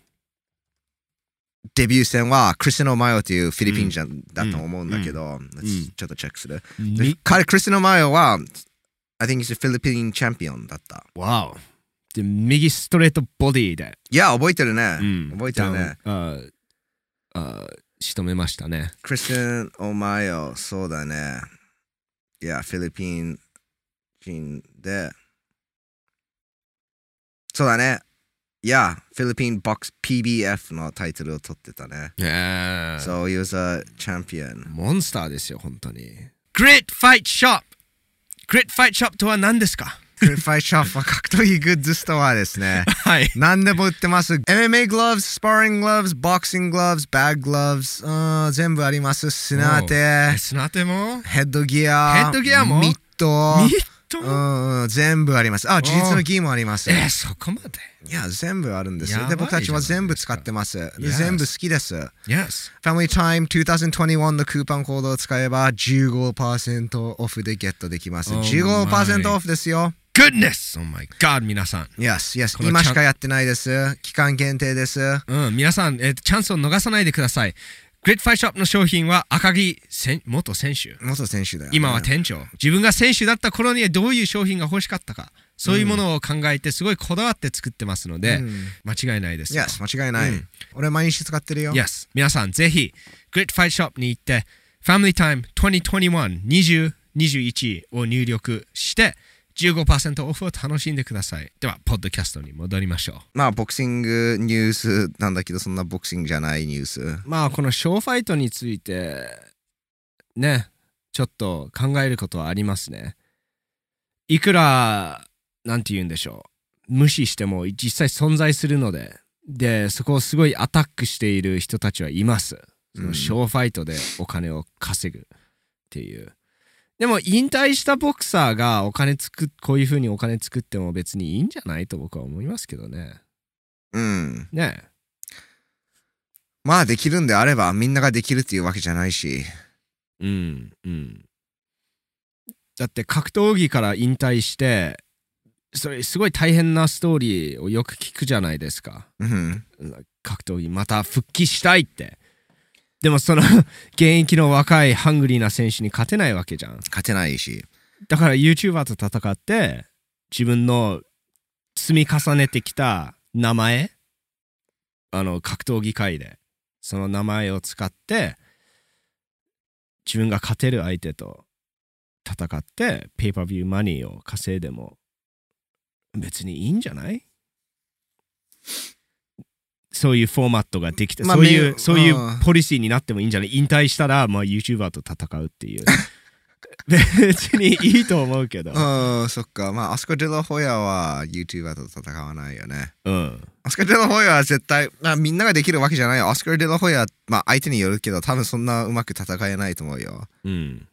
B: デビュー戦はクリスノ・マヨというフィリピン人だと思うんだけど、
A: ん
B: ちょっとチェックする。で
A: み
B: 彼、クリスノ・マヨは I think he's a フィリピンチャンピオンだった。
A: わおで右ストレートボディで、
B: いや、覚えてるね。
A: うん
B: 覚えてるね。
A: ダウンあーあー仕留めましたね
B: クリスノ・マヨ、そうだね。いや、フィリピン人で。そうだね。いや、フィリピンボックス PBF のタイトルを取ってたね。
A: ええ
B: So he was a champion.
A: モンスターですよ、本当に。グリッドファイトショップグリッドファイトショップとは何ですか
B: クリファイショップは格闘技グッズストアです ね。
A: はい。
B: 何でも売ってます。MMA グローブ、スパーリンググローブ、ボクシンググローブ、バッググローブ、全部あります。砂当て、
A: 砂手も
B: ヘッドギア、
A: ヘッドギアも
B: ミット、
A: ミット
B: う
A: も
B: んうん、全部あります。あ、事実の義もあります。
A: えー、そこまで
B: いや、全部あるんです
A: や
B: よ。
A: ば
B: で、
A: い
B: 僕たちは
A: じゃない
B: 全部
A: です
B: 使
A: か
B: ってます。で
A: Yes
B: 全部好きです。
A: ?Yes。
B: Family Time 2021のクーパンコードを使えば15%オフでゲットできます。
A: Oh my
B: 15%オフですよ。
A: Goodness! Oh my god, 皆さん。
B: Yes, yes.
A: この
B: 今
A: チャン
B: しかやってないです。期間限定です。
A: うん、皆さん、えーチャンスを逃さないでください。グリッドファイトショップの商品は赤木せん元選手。
B: 元選手だよね、
A: 今は店長。自分が選手だった頃にはどういう商品が欲しかったか。そういうものを考えて、すごいこだわって作ってますので、
B: うん
A: 間違いないですよ。
B: Yes, 間違いない。
A: うん
B: 俺毎日使ってるよ。
A: Yes 皆さんぜひ Great Fight Shop に行って Family Time 2021-2021を入力して15%オフを楽しんでくださいではポッドキャストに戻りましょう
B: まあ、ボクシングニュースなんだけど、そんなボクシングじゃないニュース。
A: まあこのショーファイトについてねちょっと考えることはありますねいくらなんて言うんでしょう無視しても実際存在するのででそこをすごいアタックしている人たちはいますそ
B: うん
A: のショーファイトでお金を稼ぐっていうでも引退したボクサーがお金つくこういう風にお金作っても別にいいんじゃないと僕は思いますけどね
B: うん。
A: ねえ
B: まあできるんであればみんなができるっていうわけじゃないし。
A: うんうんだって格闘技から引退してそれすごい大変なストーリーをよく聞くじゃないですか
B: うん。
A: 格闘技また復帰したいってでもその現役の若いハングリーな選手に勝てないわけじゃん
B: 勝てないし。
A: だから YouTuber と戦って自分の積み重ねてきた名前あの格闘技界でその名前を使って自分が勝てる相手と戦ってペーパービューマニーを稼いでも別にいいんじゃないそういうフォーマットができて、
B: まあ
A: そうい
B: め
A: うそういう
B: ああ
A: ポリシーになってもいいんじゃない引退したら、まあ、YouTuber と戦うっていう別にいいと思うけど、
B: うん、そっか。まあアスカ・デラ・ホヤは YouTuber と戦わないよね。
A: うん、
B: アスカ・デラ・ホヤは絶対、まあ、みんなができるわけじゃないよ。アスカ・デラ・ホヤ、まあ相手によるけど多分そんなうまく戦えないと思うよ。
A: うん、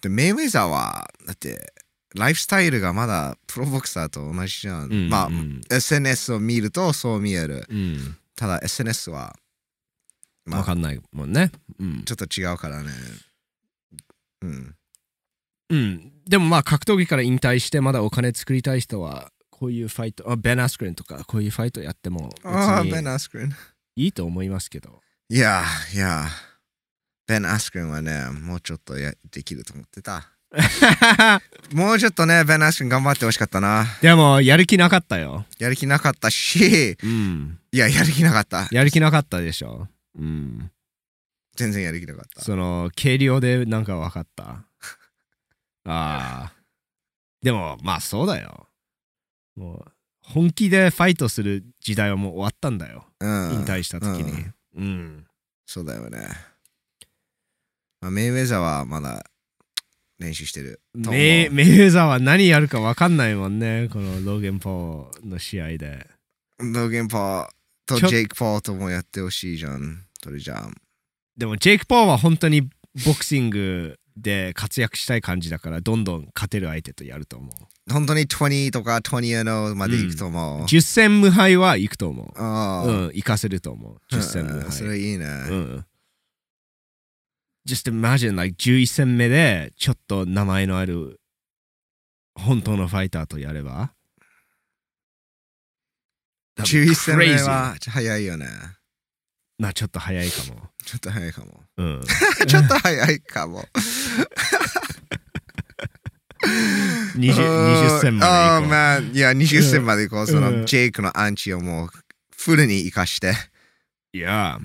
B: で、メイウェザーは、だって、ライフスタイルがまだプロボクサーと同じじゃん。
A: うん、
B: まあ
A: う、ん、
B: SNS を見るとそう見える。
A: うん、
B: ただ SNS は、ま
A: わ
B: あ、
A: かんないもんね、うん
B: ちょっと違うからね。うん。
A: うん、でもまあ格闘技から引退してまだお金作りたい人はこういうファイトあベナスクリンとかこういうファイトやっても別
B: ああ、ベン・
A: に
B: アスクリン。
A: いいと思いますけど
B: いや、いや、ベン・アスクリンはね、もうちょっとやできると思って た。もうちょっとね、ベン・アスクリン頑張ってほしかったな。
A: でもやる気なかったよ、
B: やる気なかったし、
A: うん、
B: いや、やる気なかった。
A: やる気なかったでしょ、うん、
B: 全然やる気なかった。
A: その軽量でなんか分かった ああでもまあそうだよもう本気でファイトする時代はもう終わったんだよ
B: うん。
A: 引退した時に
B: うん
A: うん
B: そうだよね。まあ、メイウェザーはまだ練習してる。と思う
A: メイメイウェザーは何やるか分かんないもんね、このローゲン・ポーの試合で。
B: ローゲン・ポーと
A: ちょ
B: ジェイク・ポーともやってほしいじゃん。それじゃあ。
A: でも、ジェイク・ポーは本当にボクシングで活躍したい感じだから、どんどん勝てる相手とやると思う。
B: 本当に20とか20のまで行くと思う。
A: 10戦無敗は行くと思
B: あ
A: う。
B: あ、
A: うん、行かせると思う。10戦無
B: うんそれ
A: 敗。
B: いいね。
A: うん。Just imagine, like 11戦目で、ちょっと名前のある本当のファイターとやれば。
B: 11戦目
A: Crazy
B: は早いよね。
A: まあちょっと早いかも。
B: ちょっと早い かも。
A: うん。
B: ちょっと早いかも。
A: 20, 20戦まで行こう。
B: ああ、まあ、いや、20戦まで行こう。そ
A: うん
B: の、ジェイクのアンチをもう、フルに生かして。
A: いや。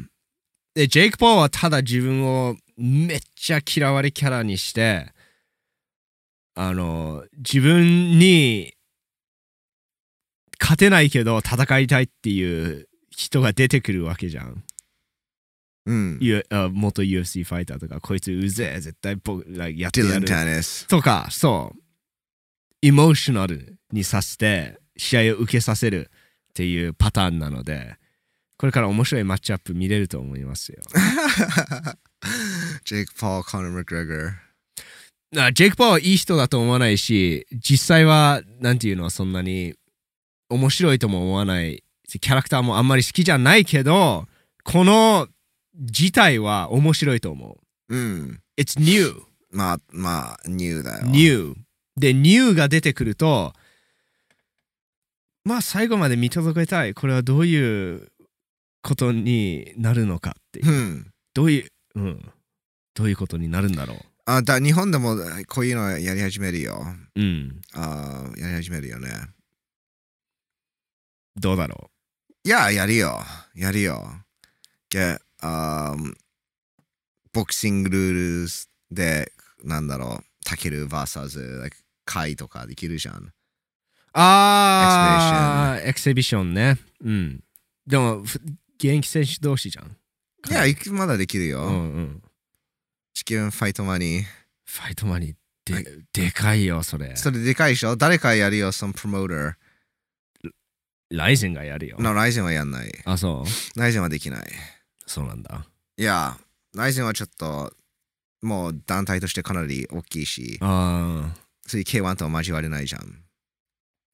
A: で、ジェイク・ポーはただ自分をめっちゃ嫌われキャラにして、あの、自分に勝てないけど戦いたいっていう人が出てくるわけじゃん。
B: うん。
A: ゆあ元 UFC ファイターとか、こいつうぜえ、絶対僕、like やって
B: ディ
A: や
B: ラン・
A: る。
B: タネス。
A: とか、そう、エモーショナルにさせて、試合を受けさせるっていうパターンなので、これから面白いマッチアップ見れると思いますよ。
B: ジェイク・ポー、コナー・マクレガー。
A: なジェイク・パーはいい人だと思わないし、実際は、なんていうの、そんなに面白いとも思わない、キャラクターもあんまり好きじゃないけど、この事態は面白いと思う。
B: うん。
A: It's new!
B: まあ、まあ、ニューだよ。
A: ニューでニューが出てくるとまあ最後まで見届けたいこれはどういうことになるのかっていう
B: うん。
A: どういう、うん、どういうことになるんだろ
B: あだ日本でもこういうのやり始めるよ。
A: ううん
B: あやり始めるよね。
A: どうだろ
B: いや、やるよ。やるよ。で、あボクシングルールで、なんだろう、タケル VS、like 会とかできるじゃん。
A: うああエクセビションねうんでもふ現役選手同士じゃん
B: いや、いくまだできるよ。
A: うんうん
B: チキンファイトマニー。
A: ファイトマニーで,、
B: はい
A: でかいよそれ
B: それでかいでしょ誰かやるよ、そのプロモーター。
A: ライゼンがやるよ。
B: なライゼンはやんない。
A: あ、そう
B: ライゼンはできない。
A: そうなんだ。
B: いや、ライゼンはちょっと、もう団体としてかなり大きいし、
A: ああ、
B: そういう K1 とは交われないじゃん。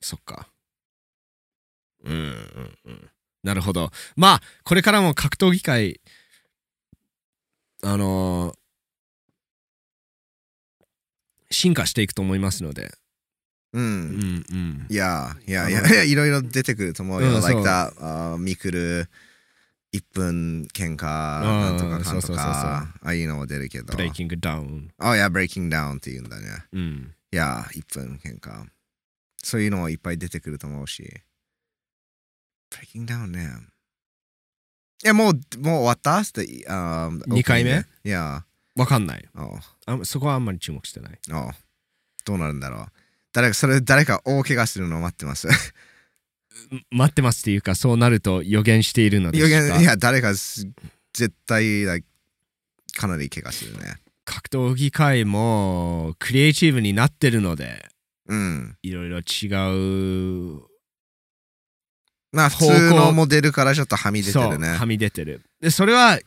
A: そっか。うんうんうん。なるほど。まあ、これからも格闘技界、あのー進化していくと思いますので。
B: う。
A: うんんうん。
B: いや、いや、
A: あの
B: いや、いろいろ出てくると思うよ。
A: うん
B: like
A: そう
B: that, あーミクル、1分喧嘩、なんとかかんと
A: そうそうそうそう
B: か、ああいうのも出るけど
A: ブ。レイキングダウン。
B: あ、いや、ブレイキングダウンって言うんだね。
A: うん。
B: いや、1分喧嘩。そういうのもいっぱい出てくると思うし。ブレイキングダウンね。いや、もう、もう終わったって、あー
A: 二回目
B: オープニングいや、
A: わかんない。
B: おう
A: あそこはあんまり注目してない。
B: おうどうなるんだろう。誰か、それ、誰か大怪我するのを待ってます。
A: 待ってますっていうか、そうなると予言しているので
B: 予
A: すが
B: 言いや誰かす絶対 like かなり怪我するね
A: 格闘技界もクリエイティブになってるので、
B: うん
A: いろいろ違う
B: まあ普
A: 方向
B: 通のモデルからちょっとはみ出て
A: そう
B: るね
A: はみ出てるでそれは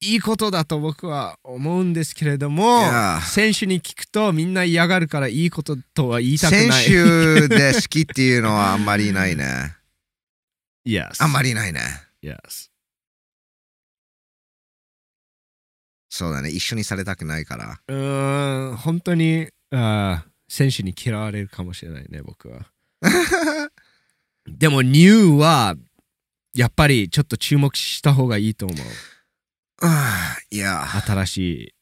A: いいことだと僕は思うんですけれども
B: いや
A: 選手に聞くとみんな嫌がるからいいこととは言いたくない
B: 選手で好きっていうのはあんまりないね
A: yes
B: あんまりないね
A: yes
B: そうだね一緒にされたくないから
A: うーん本当にあー選手に嫌われるかもしれないね僕 はでもニューはやっぱりちょっと注目した方がいいと思う
B: あーいや
A: 新しい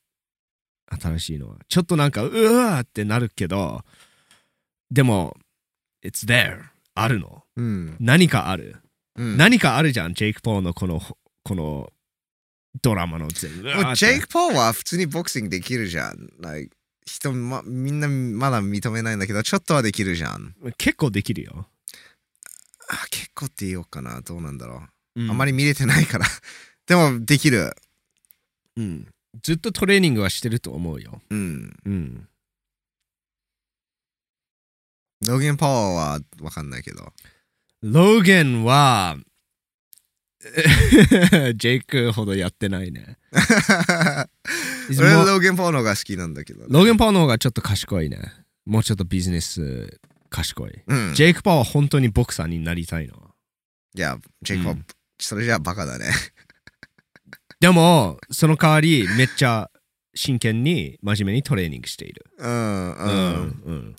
A: 新しいのはちょっとなんかうわーってなるけどでも it's there あるの
B: うん、
A: 何かある、
B: うん、も
A: 何かあるじゃんジェイク・ポールのこのこのドラマの全部うわー
B: う
A: っ
B: ジ
A: て
B: ェイク・ポーは普通にボクシングできるじゃん、like 人ま、みんなまだ認めないんだけどちょっとはできるじゃん
A: 結構できるよ、
B: あ結構って言おうかなどうなんだろ
A: あ
B: うあん
A: ま
B: ま
A: り、
B: り見れてないから。 でも、できる。
A: うんずっとトレーニングはしてると思うよ
B: うん。
A: うん
B: ローゲン・パワーはわかんないけど。
A: ローゲンは ジェイクほどやってない ね
B: 俺は
A: もう
B: ローゲン・パワーの方が好きなんだけど。
A: ローゲン・パーの方がちょっと賢いねもうちょっとビジネス賢い
B: うん。
A: ジェイク・パーは本当にボクサーになりたいの
B: いや、ジェイク・パワー、
A: うん
B: それじゃバカだね。
A: でもその代わりめっちゃ真剣に真面目にトレーニングしている
B: うん、
A: う
B: うん。
A: うん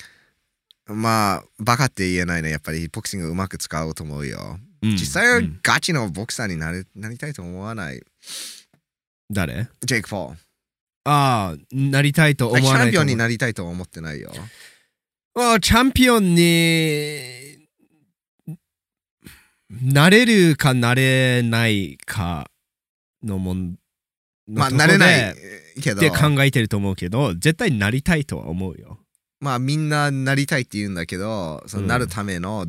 B: まあ、バカって言えないね。やっぱりボクシングうまく使おうと思うよ。
A: うん
B: 実際は
A: うん
B: ガチのボクサーになれなりたいと思わない。
A: 誰
B: ジェイク・パワー。
A: ああなりたいと思わ
B: チ
A: ない
B: ャンピオンに
A: り
B: なりたいとは思ってないよ。
A: チャンピオンになれるかなれないかのもんの
B: まあ、
A: ところ
B: な
A: で
B: れないけ
A: っ
B: ど。
A: て考えてると思うけど絶対なりたいとは思うよ
B: まあみんななりたいって言うんだけどその
A: うん
B: なるための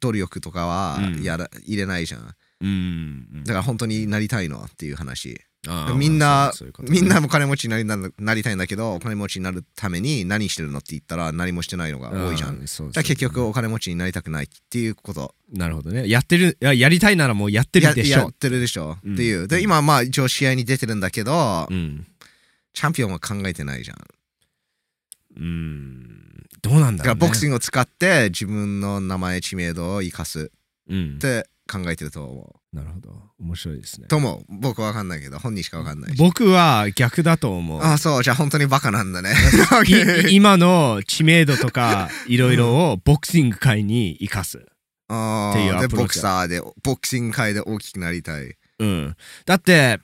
B: 努力とかは
A: うん
B: やら、入れないじゃん
A: うん
B: だから本当になりたいのっていう話
A: あー
B: みんな
A: まあそういうことね
B: みんなお金持ちになりななりたいんだけどお金持ちになるために何してるのって言ったら何もしてないのが多いじゃん
A: あーそう
B: だから結局
A: そう
B: お金持ちになりたくないっていうこと
A: なるほどねやってるややりたいならもうやってるでし
B: やや
A: ょ
B: ってるでしょ、
A: うん
B: っていうで今まあ一応試合に出てるんだけど、
A: うん、
B: チャンピオンは考えてないじゃん
A: うん、どうなんだろ
B: だから
A: う、ね、
B: ボクシ
A: ン
B: ングを使って自分の名前知名度を生か
A: グ、
B: す
A: うん
B: っ、て考えてると思う
A: なるほど面白いですね
B: とも僕はわかんないけど本人しかわかんないし
A: 僕は逆だと思う
B: あそうじゃあ本当にバカなんだね
A: い今の知名度とかいろいろをボクシング界に生かす、
B: あ
A: っていうア
B: ー
A: プローチ
B: でボクサーでボクシング界で大きくなりたい
A: うん、だって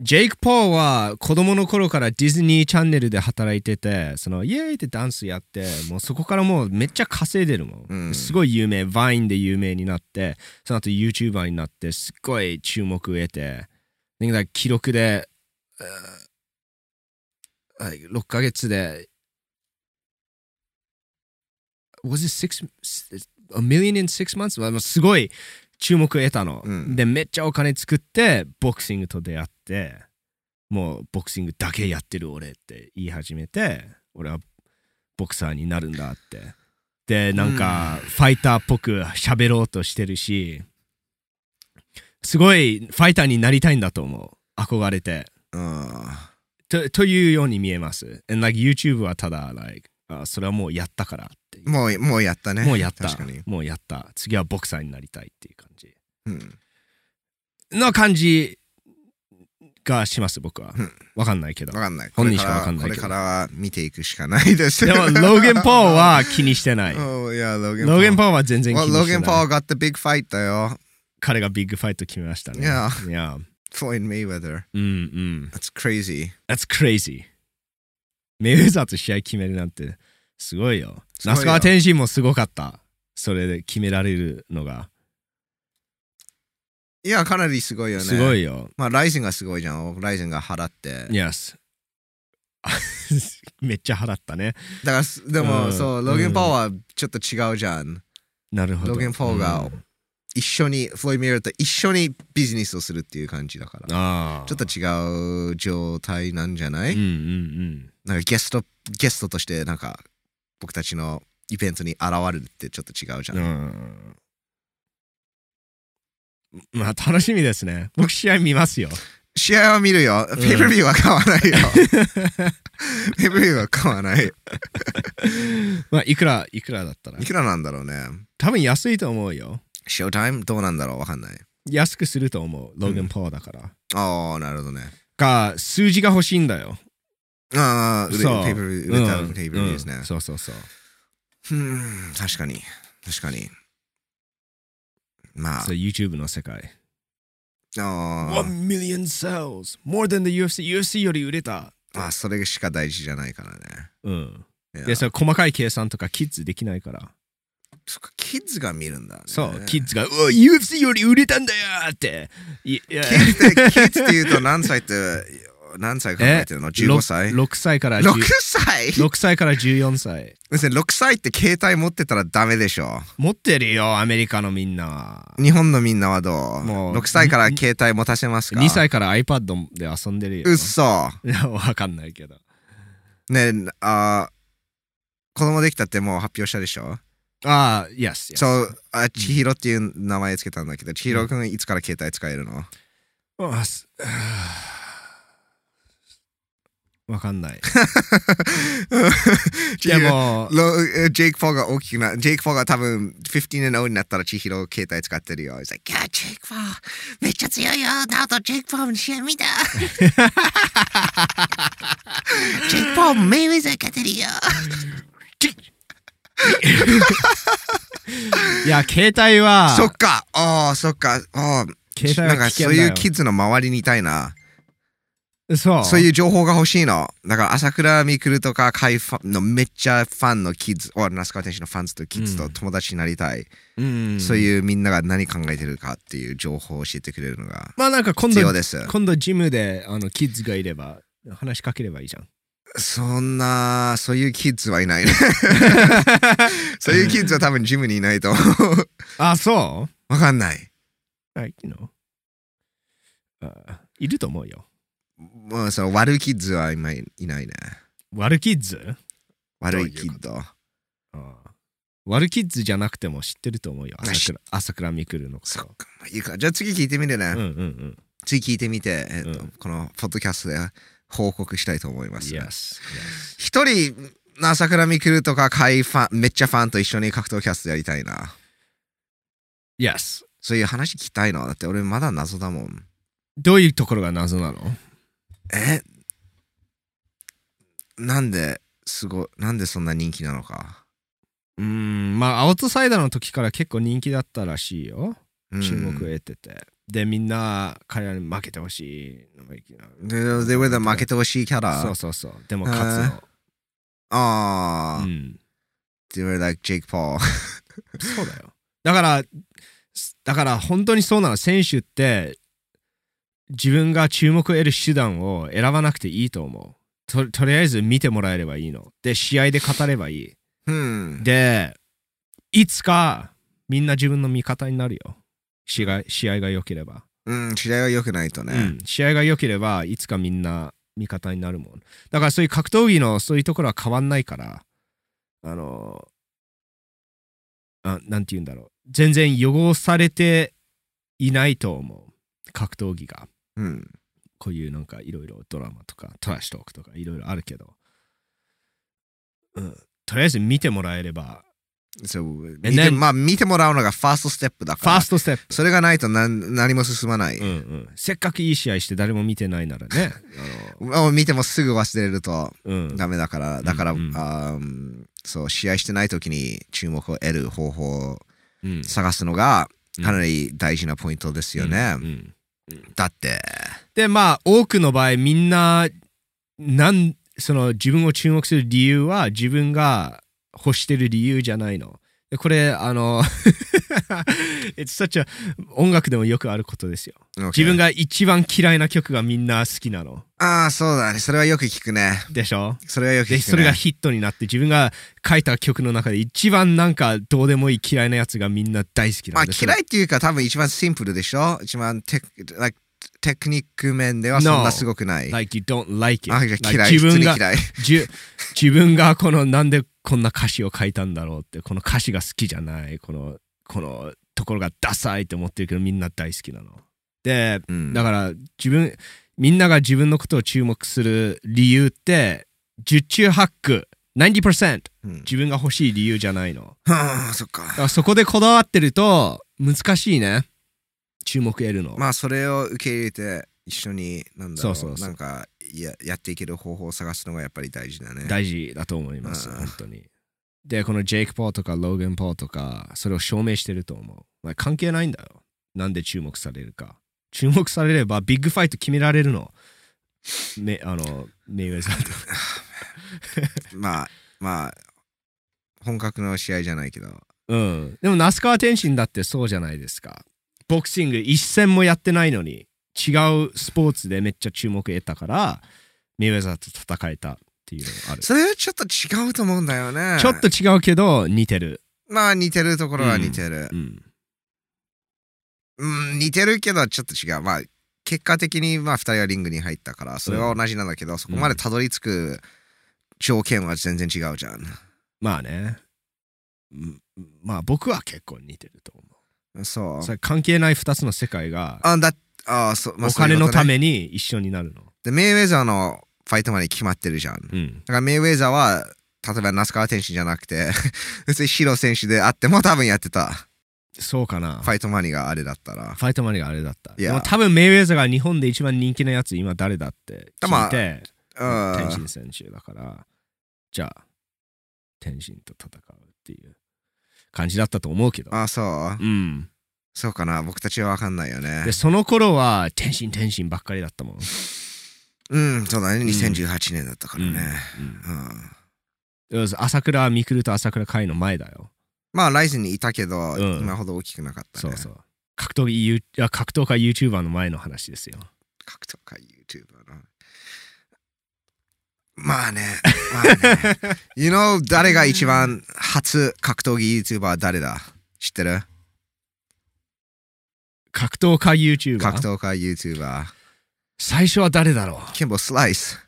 A: ジェイク・ポーは子供の頃からディズニーチャンネルで働いててそのイエーイってダンスやってもうそこからもうめっちゃ稼いでるもん、
B: うん
A: すごい有名バインで有名になってその後 YouTuber になってすっごい注目を得てだから記録で、えーはい6ヶ月で Was it six, a million in six months? まあすごい注目を得たの、
B: うん
A: でめっちゃお金作ってボクシングと出会ってもうボクシングだけやってる俺って言い始めて俺はボクサーになるんだってでなんかファイターっぽく喋ろうとしてるしすごいファイターになりたいんだと思う憧れて
B: あ
A: とというように見えます。And like YouTube はただ、like, あそれはもうやったからっていう
B: ーもうもうやったね
A: もうやった
B: 確かに、
A: もうやった。次はボクサーになりたいっていう感じ。
B: うん、
A: の感じがします、僕は
B: うん。
A: わかんないけど
B: 分。かんない
A: 本人しかわかんない
B: これ
A: けど
B: からは見ていくしかないです
A: でも、ローゲン・ポ ーは気にしてない。ロ
B: おいやローゲン・ポー
A: ーゲン・ポーは全然気
B: Well,
A: にして
B: Logan
A: ない。
B: Paul got the big fight だよ。
A: 彼がビッグファイト決めましたね。
B: Yeah.
A: いや。
B: Floyd Mayweather.
A: うんうん。
B: That's crazy.
A: That's crazy. メイウェザーと試合決めるなんてすごいよ。
B: すごいよ
A: 那須川天心もすごかった。それで決められるのが。
B: いや、かなりすごいよね。
A: すごいよ。
B: まあ、ライゼンがすごいじゃん。ライゼンが払って。
A: Yes. めっちゃ払ったね。
B: だからす、でも、
A: うん
B: そう、ローゲン・ポーはちょっと違うじゃん。
A: なるほど。
B: ローゲン・ポーが
A: うん
B: 一緒に、フロイド・メイウェザーと一緒にビジネスをするっていう感じだから。ち
A: ああ。
B: ょっと違う状態なんじゃない、
A: うんうん
B: なんかゲスト、ゲストとして、なんか、僕たちのイベントに現れるってちょっと違うじゃ。
A: うん。うんん。まあ楽しみですね。僕試合見ます よ。
B: 試合は見るよ。ペープビューは買わな いよ。ペープビューは買わない。
A: まあいくら、いくらだったら
B: い。くらなんだろうね。
A: 多分安いと思うよ。
B: ショータイムどうなんだろうわかんない。
A: 安くすると思う。ローゲン・ポーだから。
B: ああ、なるほどね。
A: が数字が欲しいんだよ。
B: ああ、売れ
A: そう
B: ペープル、売れたペープルですね
A: うん。そうそうそう。
B: うん、確かに。確かに。まあ
A: そう、YouTube の世界。
B: あー
A: One million sales! More than the UFC! UFC より売れた
B: まあ、それしか大事じゃないからね。
A: うん。
B: いや
A: で、それ細かい計算とかキッズできないから。
B: そっか、キッズが見るんだ、ね。
A: そう、キッズが、うわ、UFC より売れたんだよーって。いいや
B: キッズって、キッズって言うと何歳って、何歳考えてるの ?15 歳
A: ろ ?6 歳から10
B: ?6 歳
A: 6歳から14歳。
B: 別に ?6 歳って携帯持ってたらダメでしょ。
A: 持ってるよ、アメリカのみんなは。
B: 日本のみんなはどう
A: もう
B: ?6 歳から携帯持たせますか
A: 2歳から iPad で遊んでるよ。
B: うっそ。
A: いやわかんないけど。
B: ねあー子供できたってもう発表したでしょ
A: ああ、yes, yes.
B: そうあ千尋っていう名前つけたんだけど千尋くんいつから携帯使えるの
A: あす わかん ない。でも、
B: ロえジェイク・ポーが大きくなジェイク・ポーが多分 15&0 になったら千尋携帯使ってるよ。He's like, yeah, ジェイク・ポーめっちゃ強いよなおとジェイク・ポーの試合見た ジェイク・ポーメイウェザー勝てるよ
A: いや、携帯は、
B: そっかああそっかああ
A: 携
B: な
A: 帯
B: ん
A: は
B: か
A: 危険
B: そう
A: だ
B: い
A: よ
B: う。キッズの周りにいたいな。
A: そう。
B: そういう情報が欲しいの。だから朝倉未来とか海ファンのめっちゃファンのキッズ、お那須川天心のファンズとキッズ
A: う
B: と
A: ん
B: 友達になりたい、
A: うん
B: そういうみんなが何考えてるかっていう情報を教えてくれるのが
A: まあなんか今
B: 必
A: 度、
B: 要です。
A: 今度ジムで、あの、キッズがいれば、話しかければいいじゃん。
B: そんな、そういうキッズはい ないね。そういうキッズは多分ジムにいないと思う。
A: あ、そ
B: わかんない。
A: うはい、you know あいると思うよ。
B: もうその悪いキッズは今いないね。
A: 悪キッズ
B: 悪いキッド。
A: あ悪キッズじゃなくても知ってると思うよ。
B: あ
A: 朝倉朝倉未来のこ
B: そっ
A: と。
B: か。まあいいか。じゃあ次聞いてみるね。
A: うんうん
B: 次聞いてみて、えっと
A: うん
B: このポッドキャストで報告したいと思い
A: うん。
B: ます。
A: Yes,
B: 一人、朝倉未来とか海ファン、めっちゃファンと一緒に格闘キャストやりたいな。
A: yes. Yes.
B: そういう話聞きたいな。だって俺まだ謎だもん。
A: どういうところが謎なの
B: えなんで、すごい、なんでそんな人気なのか。
A: うーんまあアウトサイダーの時から結構人気だったらしいよ
B: うん
A: 注目を得てて、でみんな彼らに負けてほしいのがいきなり
B: で、で、俺ら負けてほしいキャラ。
A: そうそうそうでも勝つ
B: あ
A: の、う
B: あ。
A: ん、
B: で、俺ら、ジェイク・ポー。
A: そうだよだからだから本当にそうなの選手って自分が注目を得る手段を選ばなくていいと思うととりあえず見てもらえればいいので試合で語ればいい
B: うん。
A: でいつかみんな自分の味方になるよ試合試合が良ければ
B: うん、試合は良くないと
A: う
B: ね。
A: ん、試合が良ければいつかみんな味方になるもんだからそういう格闘技のそういうところは変わんないからあのあなんて言うんだろう全然汚されていないと思う格闘技が
B: うん。
A: こういうなんかいろいろドラマとかトラッシュトークとかいろいろあるけど、うん、とりあえず見てもらえれば
B: そう。
A: And
B: 見て
A: then-
B: まあ、見てもらうのがファーストステップだ
A: フ
B: か
A: ァー
B: ら。
A: ストステップ
B: それがないと何何も進まない。
A: うんうん、せっかくいい試合して誰も見てないならねあ
B: まあ見てもすぐ忘れると
A: の、うん、
B: ダメ だから、だから、あ
A: うん
B: ーうんそう、試合してない時に注目を得る方法を
A: うん
B: 探すのが
A: うん
B: かなり大事なポイントですよね。
A: うんうん
B: だって、
A: でまあ多くの場合みんななんその自分を注目する理由は自分が欲してる理由じゃないの。でこれあの It's such a 音楽でもよくあることですよ。自分
B: が。
A: が一番嫌いな曲がみんな好きなの。
B: ああ、そうだね。それはよく聞くね。
A: でしょ
B: それはよく聞く、
A: で
B: ね。
A: それがヒットになって自分が書いた曲の中で一番なんかどうでもいい嫌いなやつがみんな大好き
B: ま
A: な
B: あ
A: んです
B: 嫌いっていうか多分一番シンプルでしょ一番テク,、like、テクニック面ではそん
A: No.
B: なすごくない。
A: Like you don't like it.
B: あじゃあ
A: Like
B: 嫌い。
A: 自分
B: 普通
A: が
B: に嫌い。
A: じゅ自分がこのなんでこんな歌詞を書いたんだろうってこの歌詞が好きじゃないこのこのところがダサいって思ってるけどみんな大好きなの。で
B: うん
A: だから自分みんなが自分のことを注目する理由って10中8区90%
B: うん
A: 自分が欲しい理由じゃないの。
B: はあ、そっ
A: だ
B: か。
A: からそこでこだわってると難しいね注目得るの。
B: まあそれを受け入れて一緒になんだ
A: そ
B: ろ
A: う
B: う
A: そうそう
B: なんかややっていける方法を探すのがやっぱり大事だね。
A: 大事だと思います、
B: うん
A: 本当に。で、このジェイク・ポーとかローゲン・ポーとか、それを証明してると思う。まあ、関係ないんだよ。なんで注目されるか。注目されればビッグファイト決められるの。めあのメイウェザーと。
B: まあまあ本格の試合じゃないけど。
A: うん。でも、那須川天心だってそうじゃないですか。ボクシング一戦もやってないのに、違うスポーツでめっちゃ注目得たから、メイウェザーと戦えたっていうのがある。
B: それはちょっと違うと思うんだよね。
A: ちょっと違うけど、似てる。
B: まあ似てるところは似てる
A: う。ん。
B: うん、似てるけどちょっと違う。まあ、結果的にまあ2人はリングに入ったから、それは同じなんだけど、そこまでたどり着く条件は全然違うじゃん。
A: まあね。うんまあ僕は結構似てると思。
B: そうう。
A: それ関係ない2つの世界が
B: あ、だあそう、まあ
A: お金のた。
B: そういうことね
A: めに一緒になるの。
B: で、メイウェザーのファイトまで決まってるじゃん。だ
A: うん。
B: からメイウェザーは、例えば那須川天心じゃなくて、 別にシロ選手であっても多分やってた。
A: そうかな。
B: フ
A: フ
B: ァイトマニーがあれだったら。
A: ァイトマネーがあれだった。
B: いや
A: でも多分メイウェザーが日本で一番人気なやつ今誰だって聞いて、
B: う
A: 天
B: ん。
A: 心選手だから、じゃあ、天心と戦うっていう感じだったと思うけど。
B: あ、そう。
A: うん。
B: そうかな。僕たちは分かんないよね
A: で、。その頃は天心天心ばっかりだったもん。
B: うん、そうだね。2018年だったからね。
A: うん
B: うん
A: うん朝倉未来と朝倉海の前だよ。
B: まあ、ライズにいたけど、
A: ん
B: 今ほど大きくなかった
A: そ
B: ね。
A: うそう。格闘技ユーいや格闘家 YouTuber の前の話ですよ。
B: 格闘家 YouTuber の。まあね。まあね。you know, 誰が一番初格闘技 YouTuber は誰だ知ってる
A: 格闘家 YouTuber?
B: 格闘家 YouTuber。
A: 最初は誰だろう
B: ケンボスライス。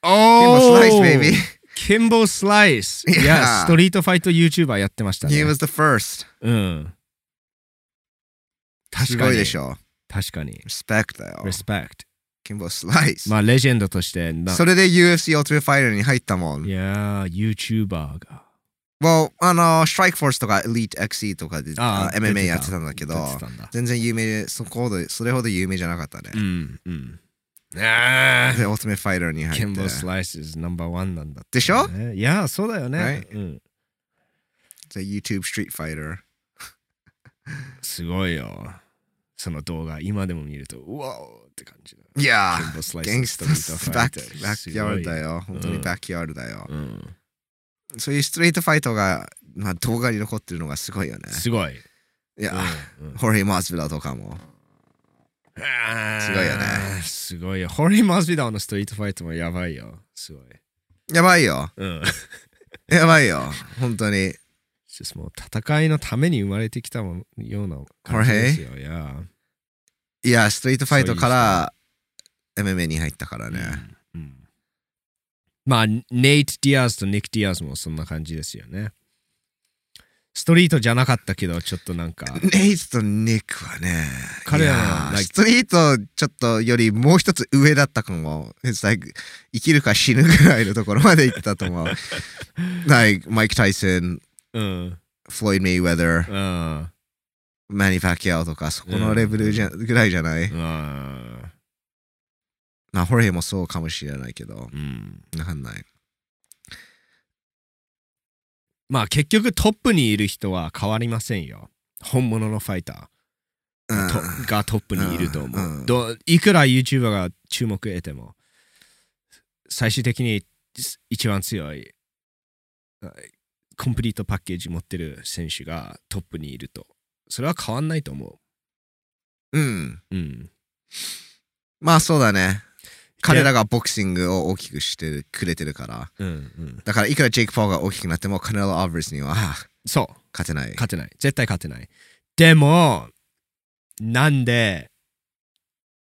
B: ケンボス
A: お
B: ライス、baby。
A: ケンボースライス
B: Yeah
A: いや、ストリートファイト YouTuber やってましたね。
B: He was the first.
A: うん。確かに。
B: すごいでしょ。
A: 確かに。
B: リスペクトだよ。
A: respect。
B: ケンボスライス。
A: まあ、レジェンドとしてな。
B: それで UFC オートファイルに入ったも
A: い
B: ん。
A: やー、YouTuber が。
B: もう、あの、ストライクフォースとか Elite XE とかで
A: あ
B: あ
A: ー
B: MMA
A: 出てた
B: やってたんだけど
A: 出。てたんだ
B: 全然有名でそこほどそれほど有名じゃなかったね
A: う。ん、うん。あ
B: で、オートメファイターに
A: ーケ
B: 入っ
A: ン
B: て
A: ボ。ースライス is number one なんだって、
B: でしょ
A: ねいやー、そうだよね。
B: Right
A: うん。
B: で YouTube Street Fighter。
A: すごいよ。その動画、今でも見ると、うわおって感じだ。
B: いや
A: ケンボスラ
B: ー、
A: イ
B: ゲンス
A: ス
B: タ
A: と
B: ーズバック、バ
A: す
B: ッ
A: ごい
B: クヤードだよ。本当に
A: うん
B: バックヤードだよ
A: う。ん
B: そういうストリートファイトが、まあ、動画に残ってるのがすごいよね。
A: すごい。
B: いや、
A: うんうん
B: ホレイ・マーズビラとかも。
A: す
B: ごいよね。
A: すごいよ。ホーリー・マスビダーのストリートファイトもやばいよ。すごい。
B: やばいよ。
A: うん。
B: やばいよ。本当に。
A: just もう戦いのために生まれてきたもんような感じですよ。いや。
B: いや、ストリートファイトから、MMA に入ったからね。
A: うんうんまあ、ネイト・ディアーズとニック・ディアーズもそんな感じですよね。ストリートじゃなかったけど、ちょっと なんか、
B: ネイツとニックはね
A: 彼らの
B: いやー
A: like-
B: ストリートちょっとよりもう一つ上だったかも It's like 生きるか死ぬぐらいのところまで行ったと 思う like Mike Tyson
A: うん、
B: Floyd Mayweather
A: うん、
B: Manny Pacquiao とかそこのレベルじゃ、ぐらいじゃない
A: うん、
B: まあホレイもそうかもしれないけど
A: うん。
B: わかんない
A: まあ結局トップにいる人は変わりませんよ。本物のファイタ
B: う
A: ー
B: ん
A: とがトップにいると
B: うんう
A: 思
B: ん
A: う。どいくら YouTuber が注目得ても、最終的に一番強い、はいコンプリートパッケージ持ってる選手がトップにいると、それは変わんないと思
B: うん
A: う。うん。
B: まあそうだね彼らがボクシングを大きくしてくれてるから
A: うんうん。
B: だからいくらジェイク・ポールが大きくなってもカネロ・アブレスにはあ
A: そう。
B: 勝てない
A: 勝てない絶対勝てないでもなんで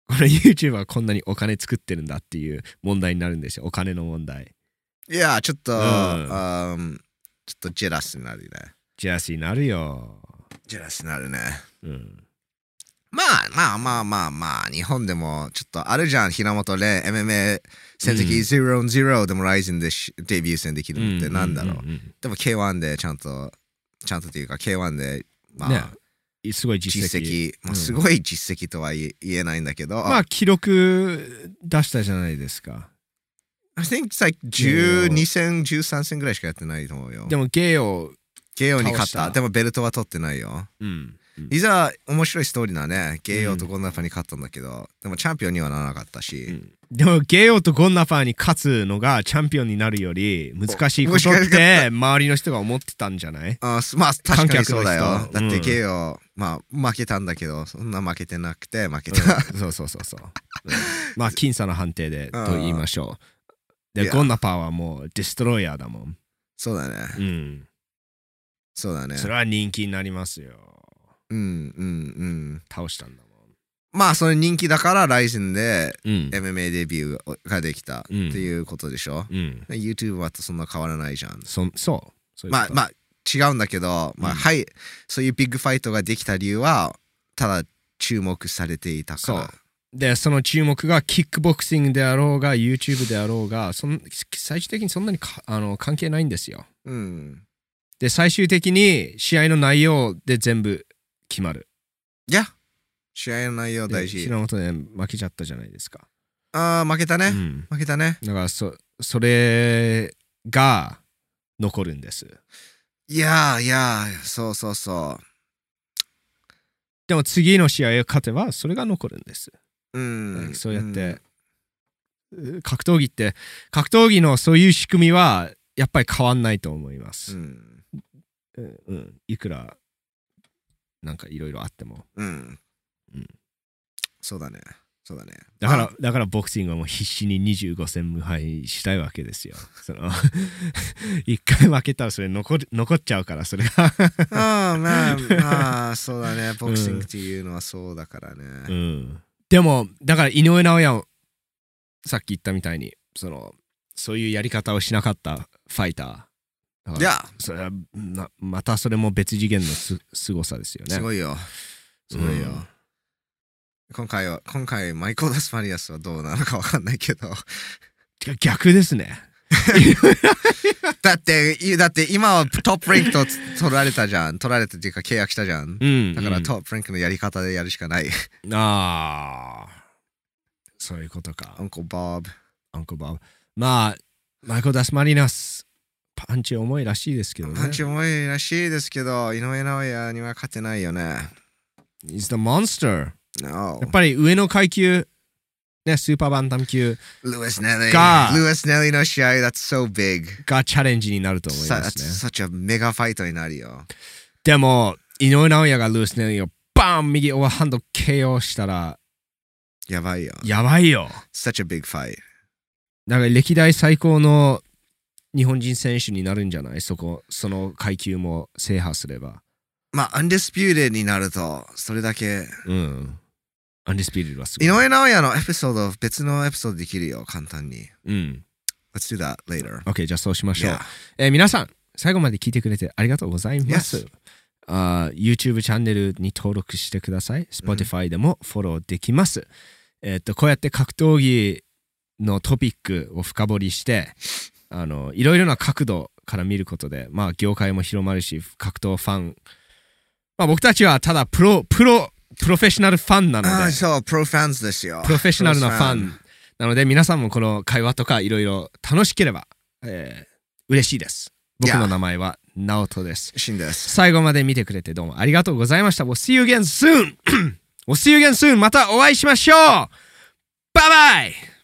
A: この YouTuber はこんなにお金作ってるんだっていう問題になるんですよお金の問題
B: いや、ちょっと、
A: うん
B: あーちょっとジェラスになるね。
A: ジェラシーになるよ
B: ジェラスになるね。
A: うん
B: まあまあまあまあまあ、日本でもちょっとあるじゃん、平本蓮、MMA 戦績0-0でも Ryzen でしデビュー戦できるのってなんだろう。
A: んん
B: でも K1 でちゃんと、ちゃんとっていうか K1 で、まあ、
A: ねうんすごい実
B: 実
A: 績
B: 績、ま
A: うん
B: あ、すごい実績とは言え言えないんだけど、
A: まあ記録出したじゃないですか
B: I think it's like 12戦、13戦ぐらいしかやってないと思うよ。
A: でも芸を
B: KO に
A: 倒
B: 勝っ
A: した
B: た。でもベルトは取ってないよ。
A: うんうん
B: いざ面白いストーリーだね。ゲイオとゴンナファに勝ったんだけど、でもチャンピオンにはならなかったし。
A: でもゲオとゴンナファーに勝つのがチャンピオンになるより難しいこと
B: お
A: っ
B: 難しか
A: て周りの人が思ってたんじゃない
B: あすまあ確かにそう
A: 観
B: だよ。
A: 客の人
B: だっ
A: う
B: て
A: ん
B: ゲイオ、まあ負けたんだけど、そんな負けてなくて負けた。
A: そうそうそうそう。うんまあ、僅差の判定でと言いましょう。
B: い
A: で、
B: や
A: ゴンナパーはもうデストロイヤーだもん。
B: そうだね。
A: うん。
B: そうだね。
A: それは人気になりますよ。
B: うんうんうん。
A: 倒したんだも
B: まあそれ人気だからライズンで
A: ん。うん。
B: MMA デビューができたっていうことでしょ。
A: うん。
B: YouTuber とそんな変わらないじゃん。
A: そそう。そういう
B: まあま
A: あ、
B: あ違うんだけど、まあ
A: うん
B: はい、そういうビッグファイトができた理由は、ただ注目されていたから。
A: そうで、その注目がキックボクシングであろうが、YouTube であろうが、そん最終的にそんなにかあの関係ないんですよ。
B: うん。
A: で、最終的に試合の内容で全部決まる。
B: いや、試合の内容
A: で
B: 大事。
A: 平本で負けちゃったじゃないですか。
B: ああ、負けた
A: う
B: ね。
A: ん。
B: 負けたね。
A: だからそそれが残るんです
B: いやーいやー、そうそうそ
A: でも次の試合を勝てばそれが残るんです、
B: う。うん。
A: そうやって、格闘技って格闘技のそういう仕組みはやっぱり変わんないと思いま
B: う
A: す、
B: ん。
A: うんいくらなんかいろいろあっても
B: うん。うん。
A: うん
B: そうだね。そうだね。
A: だから
B: あ、
A: だからボクシングはもう必死に25戦無敗したいわけですよその 一回負けたらそれ残る残っちゃうからそれが
B: あー まあ、まあ、そうだね。ボクシングっていうのはそうだから
A: う
B: ね。
A: ん、でもだから井上尚弥をさっき言ったみたいにそのそういうやり方をしなかったファイターだから
B: いや、
A: それはなまたそれも別次元のす凄さですよね
B: すごいよ。すごい
A: う
B: よ
A: ん。
B: 今回は、今回、マイコー・ダスパリアスはどうなのかわかんないけど。
A: てか逆ですね
B: だって、いだって今はトップリンクと取られたじゃん。取られたっていうか契約したじゃん。
A: うん
B: だからト
A: あ
B: ップリンクのやり方でやるしかない。
A: あーそういうことか
B: アンコボブ。
A: アンコバーまあマイコ・ダスマリナスパンチ重いらしいですけどね
B: パンチ重いらしいですけど、井上尚弥には勝てないよね。
A: He's the monster
B: No.
A: やっぱり上の階級ねスーパーバンタム級
B: ルイス・ネリ
A: が
B: ー。ルイス・ネリーの試合、that's so big.
A: がチャレンジになると思い
B: さ
A: ますね
B: that's such a メガファイトになるよ。
A: でも、井上尚弥がルースネリーをバーン右オーバーハンド KO したら、
B: やばいよ。
A: やばいよ。
B: such a big fight.
A: だから歴代最高の日本人選手になるんじゃないそこ、その階級も制覇すれば。
B: まあ、undisputed になると、それだけ。
A: うん。アンディスピリッドはすごい。
B: 井上尚弥のエピソード、別のエピソードできるよ、簡単に。
A: うん。
B: Let's do that later.
A: OK、じゃあそうしましょう。
B: Yeah.
A: えー皆さん、最後まで聞いてくれてありがとうございます。
B: Yes.
A: あー YouTube チャンネルに登録してください。Spotify でもフォローできます。えっと、こうやって格闘技のトピックを深掘りして、あの、いろいろな角度から見ることで、まあ、業界も広まるし、格闘ファン。まあ、僕たちはただプロ、プロ、プロフェッショナルファンなの
B: あ
A: で
B: あ、。そう、プロファンズですよ。
A: プロフェッショナルなファ
B: プロ
A: ンなので皆さんもこの会話とかいろいろ楽しければ、えー嬉しいです。僕
B: Yeah.
A: の名前はナオトです。
B: ファン。シンです。
A: 最後まで見てくれてどうもありがとうございました。We'll see you again soon! we'll see you again soon! またお会いしましょうバイバイ